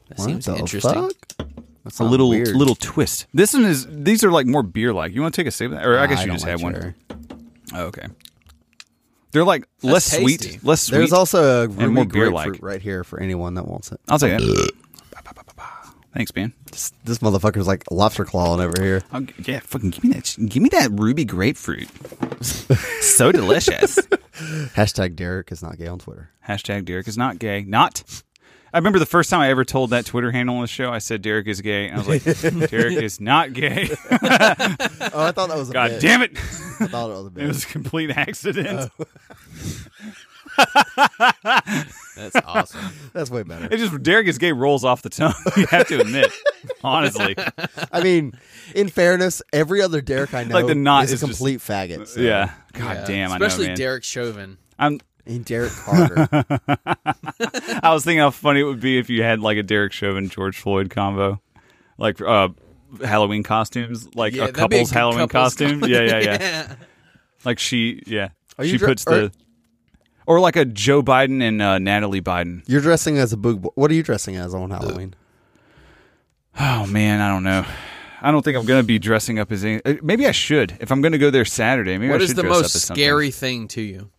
That
What
seems
the
interesting.
fuck? That's
a
not
little
weird.
little twist. This one is these are like more beer like. You want to take a sip of that, or I
Nah,
guess you
don't
just
like
had
cherry.
one. Oh, okay, they're like less
tasty.
sweet, less sweet.
There's also a
and more
Ruby
beer-like.
grapefruit right here for anyone that wants it.
I'll take that. Ba, ba, ba, ba, ba. Thanks, man.
This, this motherfucker's like lobster clawing over here.
I'll g- yeah, fucking give me that. sh- Give me that ruby grapefruit. so delicious.
Hashtag Derek is not gay on Twitter.
Hashtag Derek is not gay. Not. I remember the first time I ever told that Twitter handle on the show. I said Derek is gay, and I was like, Derek is not gay.
Oh, I thought that was a
God damn it!
I thought it was a bit.
It was a complete accident.
That's awesome.
That's way better.
It just Derek is gay rolls off the tongue. You have to admit, honestly.
I mean, in fairness, every other Derek I know
Like the knot
is,
is
a
just-
complete faggot. so-
Yeah. God damn, I know,
Especially
man.
Derek Chauvin.
I'm.
And Derek Carter.
I was thinking how funny it would be if you had like a Derek Chauvin George Floyd combo, like uh, Halloween costumes, like
Yeah,
a
that'd be a
couple's
good
Halloween
couple's
costume. yeah, yeah, yeah. Like she, yeah.
Are you
she
dr-
puts
are-
the or like a Joe Biden and uh, Natalie Biden.
You're dressing as a boog boy. What are you dressing as on Halloween?
Oh man, I don't know. I don't think I'm gonna be dressing up as any. uh, Maybe I should if I'm gonna go there Saturday. Maybe
What
I
is
should
the
dress up
most
as something.
scary thing to you?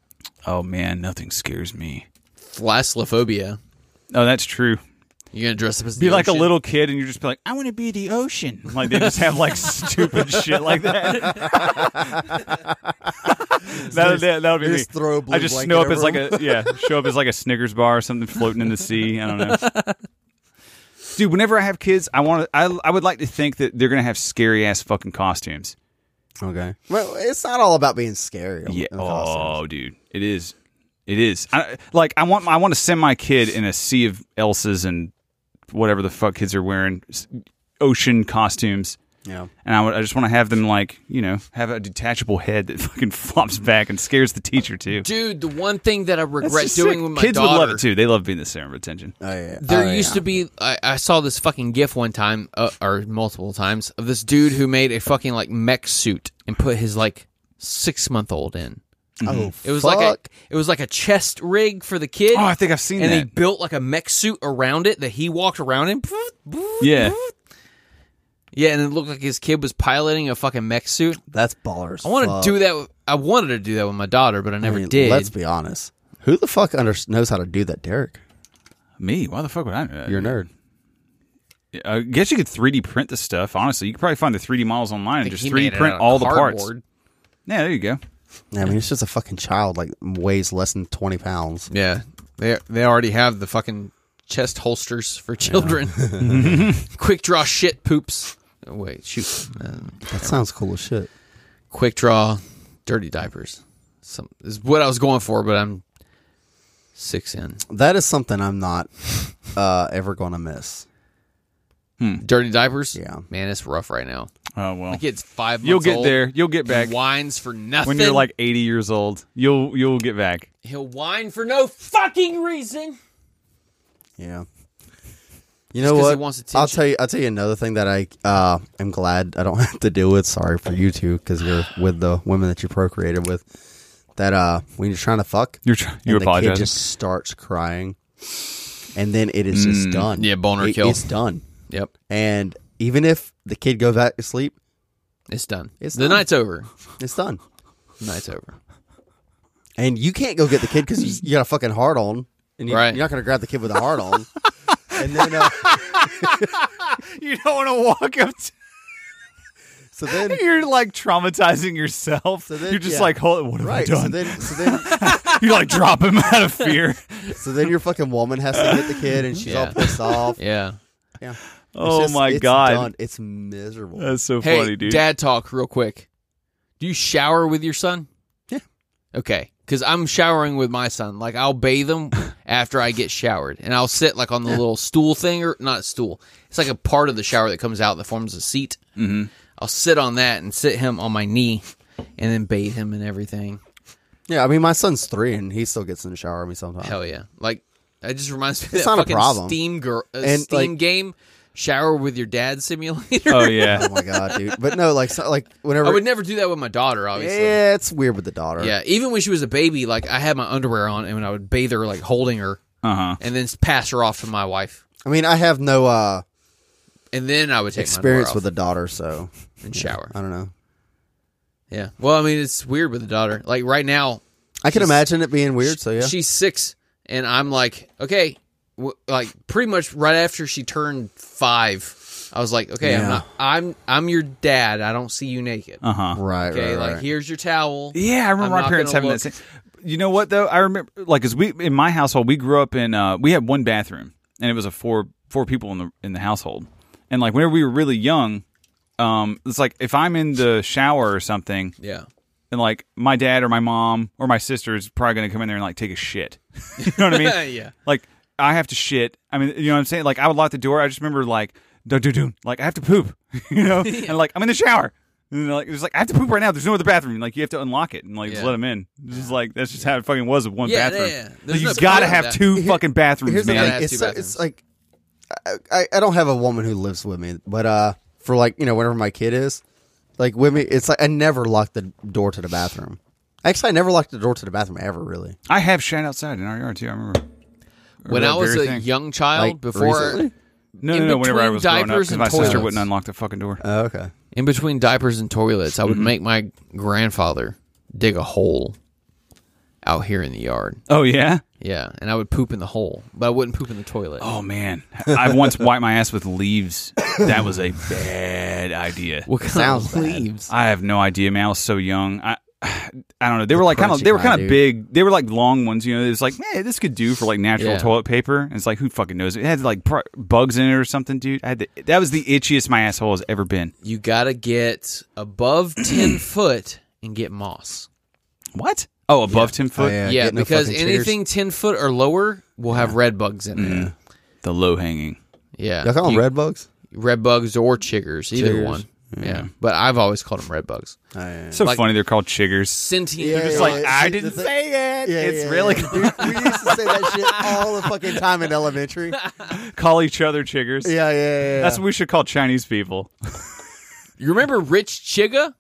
Oh man, nothing scares me.
Thalassophobia.
Oh, that's true.
You're gonna dress up as
Be
the
like a
ocean?
little kid, and you just be like, "I want to be the ocean." Like they just have like stupid shit like that. that would that would be
They
me.
just throw a blue
I just
blanket
snow up
over
as like
them.
a yeah, show up as like a Snickers bar or something floating in the sea. I don't know. Dude, whenever I have kids, I want to. I I would like to think that they're gonna have scary ass fucking costumes.
Okay. Well, it's not all about being scary.
Yeah.
in costumes.
Oh, dude, it is. It is. I, like I want. I want to send my kid in a sea of Elsa's and whatever the fuck kids are wearing, s- ocean costumes.
Yeah.
And I, would, I just want to have them like you know have a detachable head that fucking flops back and scares the teacher too.
dude. The one thing that I
That's
regret
just
doing
sick.
with my
kids
daughter.
would love it too. They love being the center of attention.
Oh, yeah.
There used to be. I, I saw this fucking gif one time, uh, or multiple times, of this dude who made a fucking like mech suit and put his like six month old in.
Oh,
It was
fuck.
like a it was like a chest rig for the kid.
Oh, I think I've seen
and they
that.
built like a mech suit around it that he walked around in.
yeah,
Yeah, and it looked like his kid was piloting a fucking mech suit.
That's ballers.
I want to do that. With, I wanted to do that with my daughter, but I never did.
Let's be honest. Who the fuck under- knows how to do that, Derek?
me. Why the fuck would I? know that?
You're a nerd.
I guess you could 3D print the stuff. Honestly, you could probably find the 3D models online
I
and
think
just
he
3D
made it
print
out of
all the parts.
cardboard.
Yeah, there you go.
Yeah, I mean, it's just a fucking child, like, weighs less than 20 pounds.
Yeah, they they already have the fucking chest holsters for children. Quick draw shit poops. Oh, wait, shoot. Um,
That sounds cool as shit.
quick draw, dirty diapers. Some is what I was going for, but I'm six in.
That is something I'm not uh, ever going to miss.
Dirty diapers.
Yeah.
man, it's rough right now.
Oh well.
My kid's five. Months
You'll get
old.
there. You'll get
He
back.
Whines for nothing.
when you're like 80 years old. You'll you'll get back.
he'll whine for no fucking reason.
Yeah. You know
'cause he
what?
wants
I'll
attention.
tell you. I'll tell you another thing that I uh, am glad I don't have to deal with. Sorry for you two because you're with the women that you procreated with. That uh, when you're trying to fuck,
You're tr-
and
you're
the kid
apologizing.
just starts crying, and then it is just done.
Yeah, boner
It-
kill.
It's done.
Yep,
And even if the kid goes back to sleep,
it's done.
It's
the
done.
night's over.
it's done.
The night's over.
And you can't go get the kid because you, you got a fucking hard on, and you,
Right.
you're not going to grab the kid with a hard on. and then, uh,
you don't want to walk up. To,
so then
you're like traumatizing yourself.
So then-
you're just
yeah.
like, hold, what have
right.
I
So
done?
then, so then
you like drop him out of fear.
So then your fucking woman has to get the kid, and she's all
Yeah.
pissed off.
Yeah.
Yeah. It's
Oh
just-
my
it's
God.
done. it's miserable.
That's so
Hey,
funny, dude.
dad talk real quick. Do you shower with your son?
Yeah.
Okay, because I'm showering with my son. Like I'll bathe him after I get showered, and I'll sit like on the little stool thing or not stool. It's like a part of the shower that comes out that forms a seat. Mm-hmm. I'll sit on that and sit him on my knee, and then bathe him and everything.
yeah, I mean, my son's three, and he still gets in the shower with me sometimes.
Hell yeah! Like it just reminds me. Of
It's
that
not a
fucking
problem.
Steam girl, uh,
And,
Steam
like-
game, shower with your dad simulator.
oh yeah.
Oh my god, dude! But no, like, so, like whenever.
I would never do that with my daughter. Obviously,
yeah, it's weird with the daughter.
Yeah, even when she was a baby, like I had my underwear on, and when I would bathe her, like holding her,
Uh huh.
and then pass her off to my wife,
I mean, I have no uh
and then I would take
experience
my
with
underwear
a daughter, so
off and shower.
I don't know.
Yeah, well, I mean, it's weird with a daughter. Like right now,
I can imagine it being weird. So yeah,
she's six, and I'm like, okay, w- like pretty much right after she turned five, I was like, okay,
Yeah.
I'm not, I'm, I'm your dad. I don't see you naked.
Uh huh.
right,
Okay,
right,
like
right.
here's your towel.
Yeah, I remember
I'm
my
not
parents
gonna
having
look-
that same. You know what though? I remember like as we in my household, we grew up in uh, we had one bathroom and it was a four four people in the in the household. And like whenever we were really young, um, it's like if I'm in the shower or something,
Yeah.
and like my dad or my mom or my sister is probably going to come in there and like take a shit. you know what I mean?
Yeah.
Like I have to shit. I mean, you know what I'm saying? Like I would lock the door. I just remember like do do do. Like I have to poop. you know, and like I'm in the shower. And they're like it's like I have to poop right now. There's no other bathroom. Like you have to unlock it and like just
Yeah.
let them in. It's Just like that's just how it fucking was with one
Yeah,
bathroom.
yeah, yeah.
Like,
There's
you
no
just gotta
problem
have
with that.
two fucking bathrooms,
Here's
man.
the
Yeah,
thing.
that's
It's,
two
so, it's
bathrooms.
like I, I I don't have a woman who lives with me, but uh, for like you know, whenever my kid is like with me, it's like I never lock the door to the bathroom. Actually, I never locked the door to the bathroom ever. Really,
I have shat outside in our yard too. I remember.
When I
That
was
very
a
thing.
young child,
Like,
before
recently?
No,
in
no, no. Whenever I
between
was growing up,
diapers
'cause
and
my sister
toilets.
wouldn't unlock the fucking door.
oh, okay.
in between diapers and toilets, I would
Mm-hmm.
make my grandfather dig a hole out here in the yard.
oh yeah.
Yeah, and I would poop in the hole, but I wouldn't poop in the toilet.
Oh man, I once wiped my ass with leaves. That was a bad idea.
what kind
Sounds
of
bad.
leaves?
I have no idea, man. I was so young. I I don't know. They were like kind of
crunchy
they were
kind,
kind of
dude.
big. They were like long ones. You know, it was like, hey, this could do for like natural
Yeah.
toilet paper. And it's like, who fucking knows? It had like pr- bugs in it or something, dude. I had the, that was the itchiest my asshole has ever been.
You gotta get above ten foot and get moss.
What? Oh, above ten foot,
yeah.
yeah,
get no
because
fucking chairs.
anything ten foot or lower will have red bugs in it.
the low hanging.
Yeah,
Y'all call them
You-
red bugs?
red bugs or chiggers, either
Chiggers. Mm.
one. Yeah. but I've always called them red bugs.
So
Like-
funny. They're called chiggers.
Sentient.
Yeah,
just
yeah,
like
yeah.
I
the
didn't
thing-
say it.
Yeah,
it's
yeah,
really
yeah. we, we used to say that shit all the fucking time in elementary. Yeah,
call each other chiggers.
yeah, yeah. yeah.
That's what we should call Chinese people.
you remember Rich Chigga,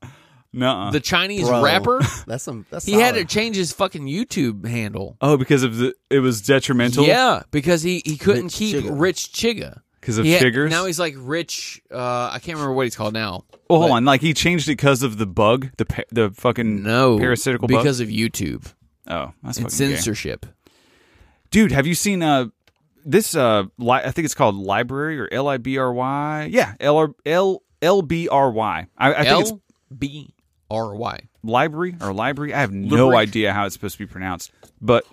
Nuh-uh.
the Chinese
Bro,
rapper?
That's some. That's
He had
solid.
to change his fucking YouTube handle.
oh, because of the it was detrimental.
Yeah, because he, he couldn't
Rich
keep
Chigga.
Rich Chigga.
'Cause of
He had-
chiggers?
Now he's like Rich. Uh, I can't remember what he's called now.
Well, hold on. Like he changed it because of the bug, the pa- the fucking
No,
parasitical bug.
because of YouTube
oh, that's
and
fucking gay.
censorship.
Dude, have you seen uh this uh li- I think it's called library or L I B R Y? Yeah, L R L L B R Y. I, I think it's
L B R Y.
library or library. I have no idea how it's supposed to be pronounced, but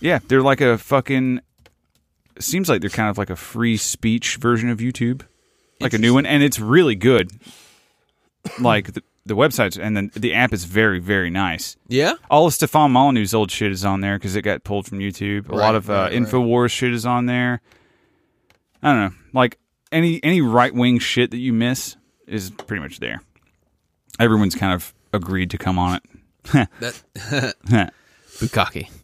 yeah, they're like a fucking. Seems like they're kind of like a free speech version of YouTube, like a new one, and it's really good. Like the, the websites and then the app is very very nice.
Yeah,
All of Stefan Molyneux's old shit is on there because it got pulled from YouTube. A lot
Right,
of uh,
right, right.
Infowars shit is on there. I don't know, like any any right wing shit that you miss is pretty much there. Everyone's kind of agreed to come on it.
that Bukaki.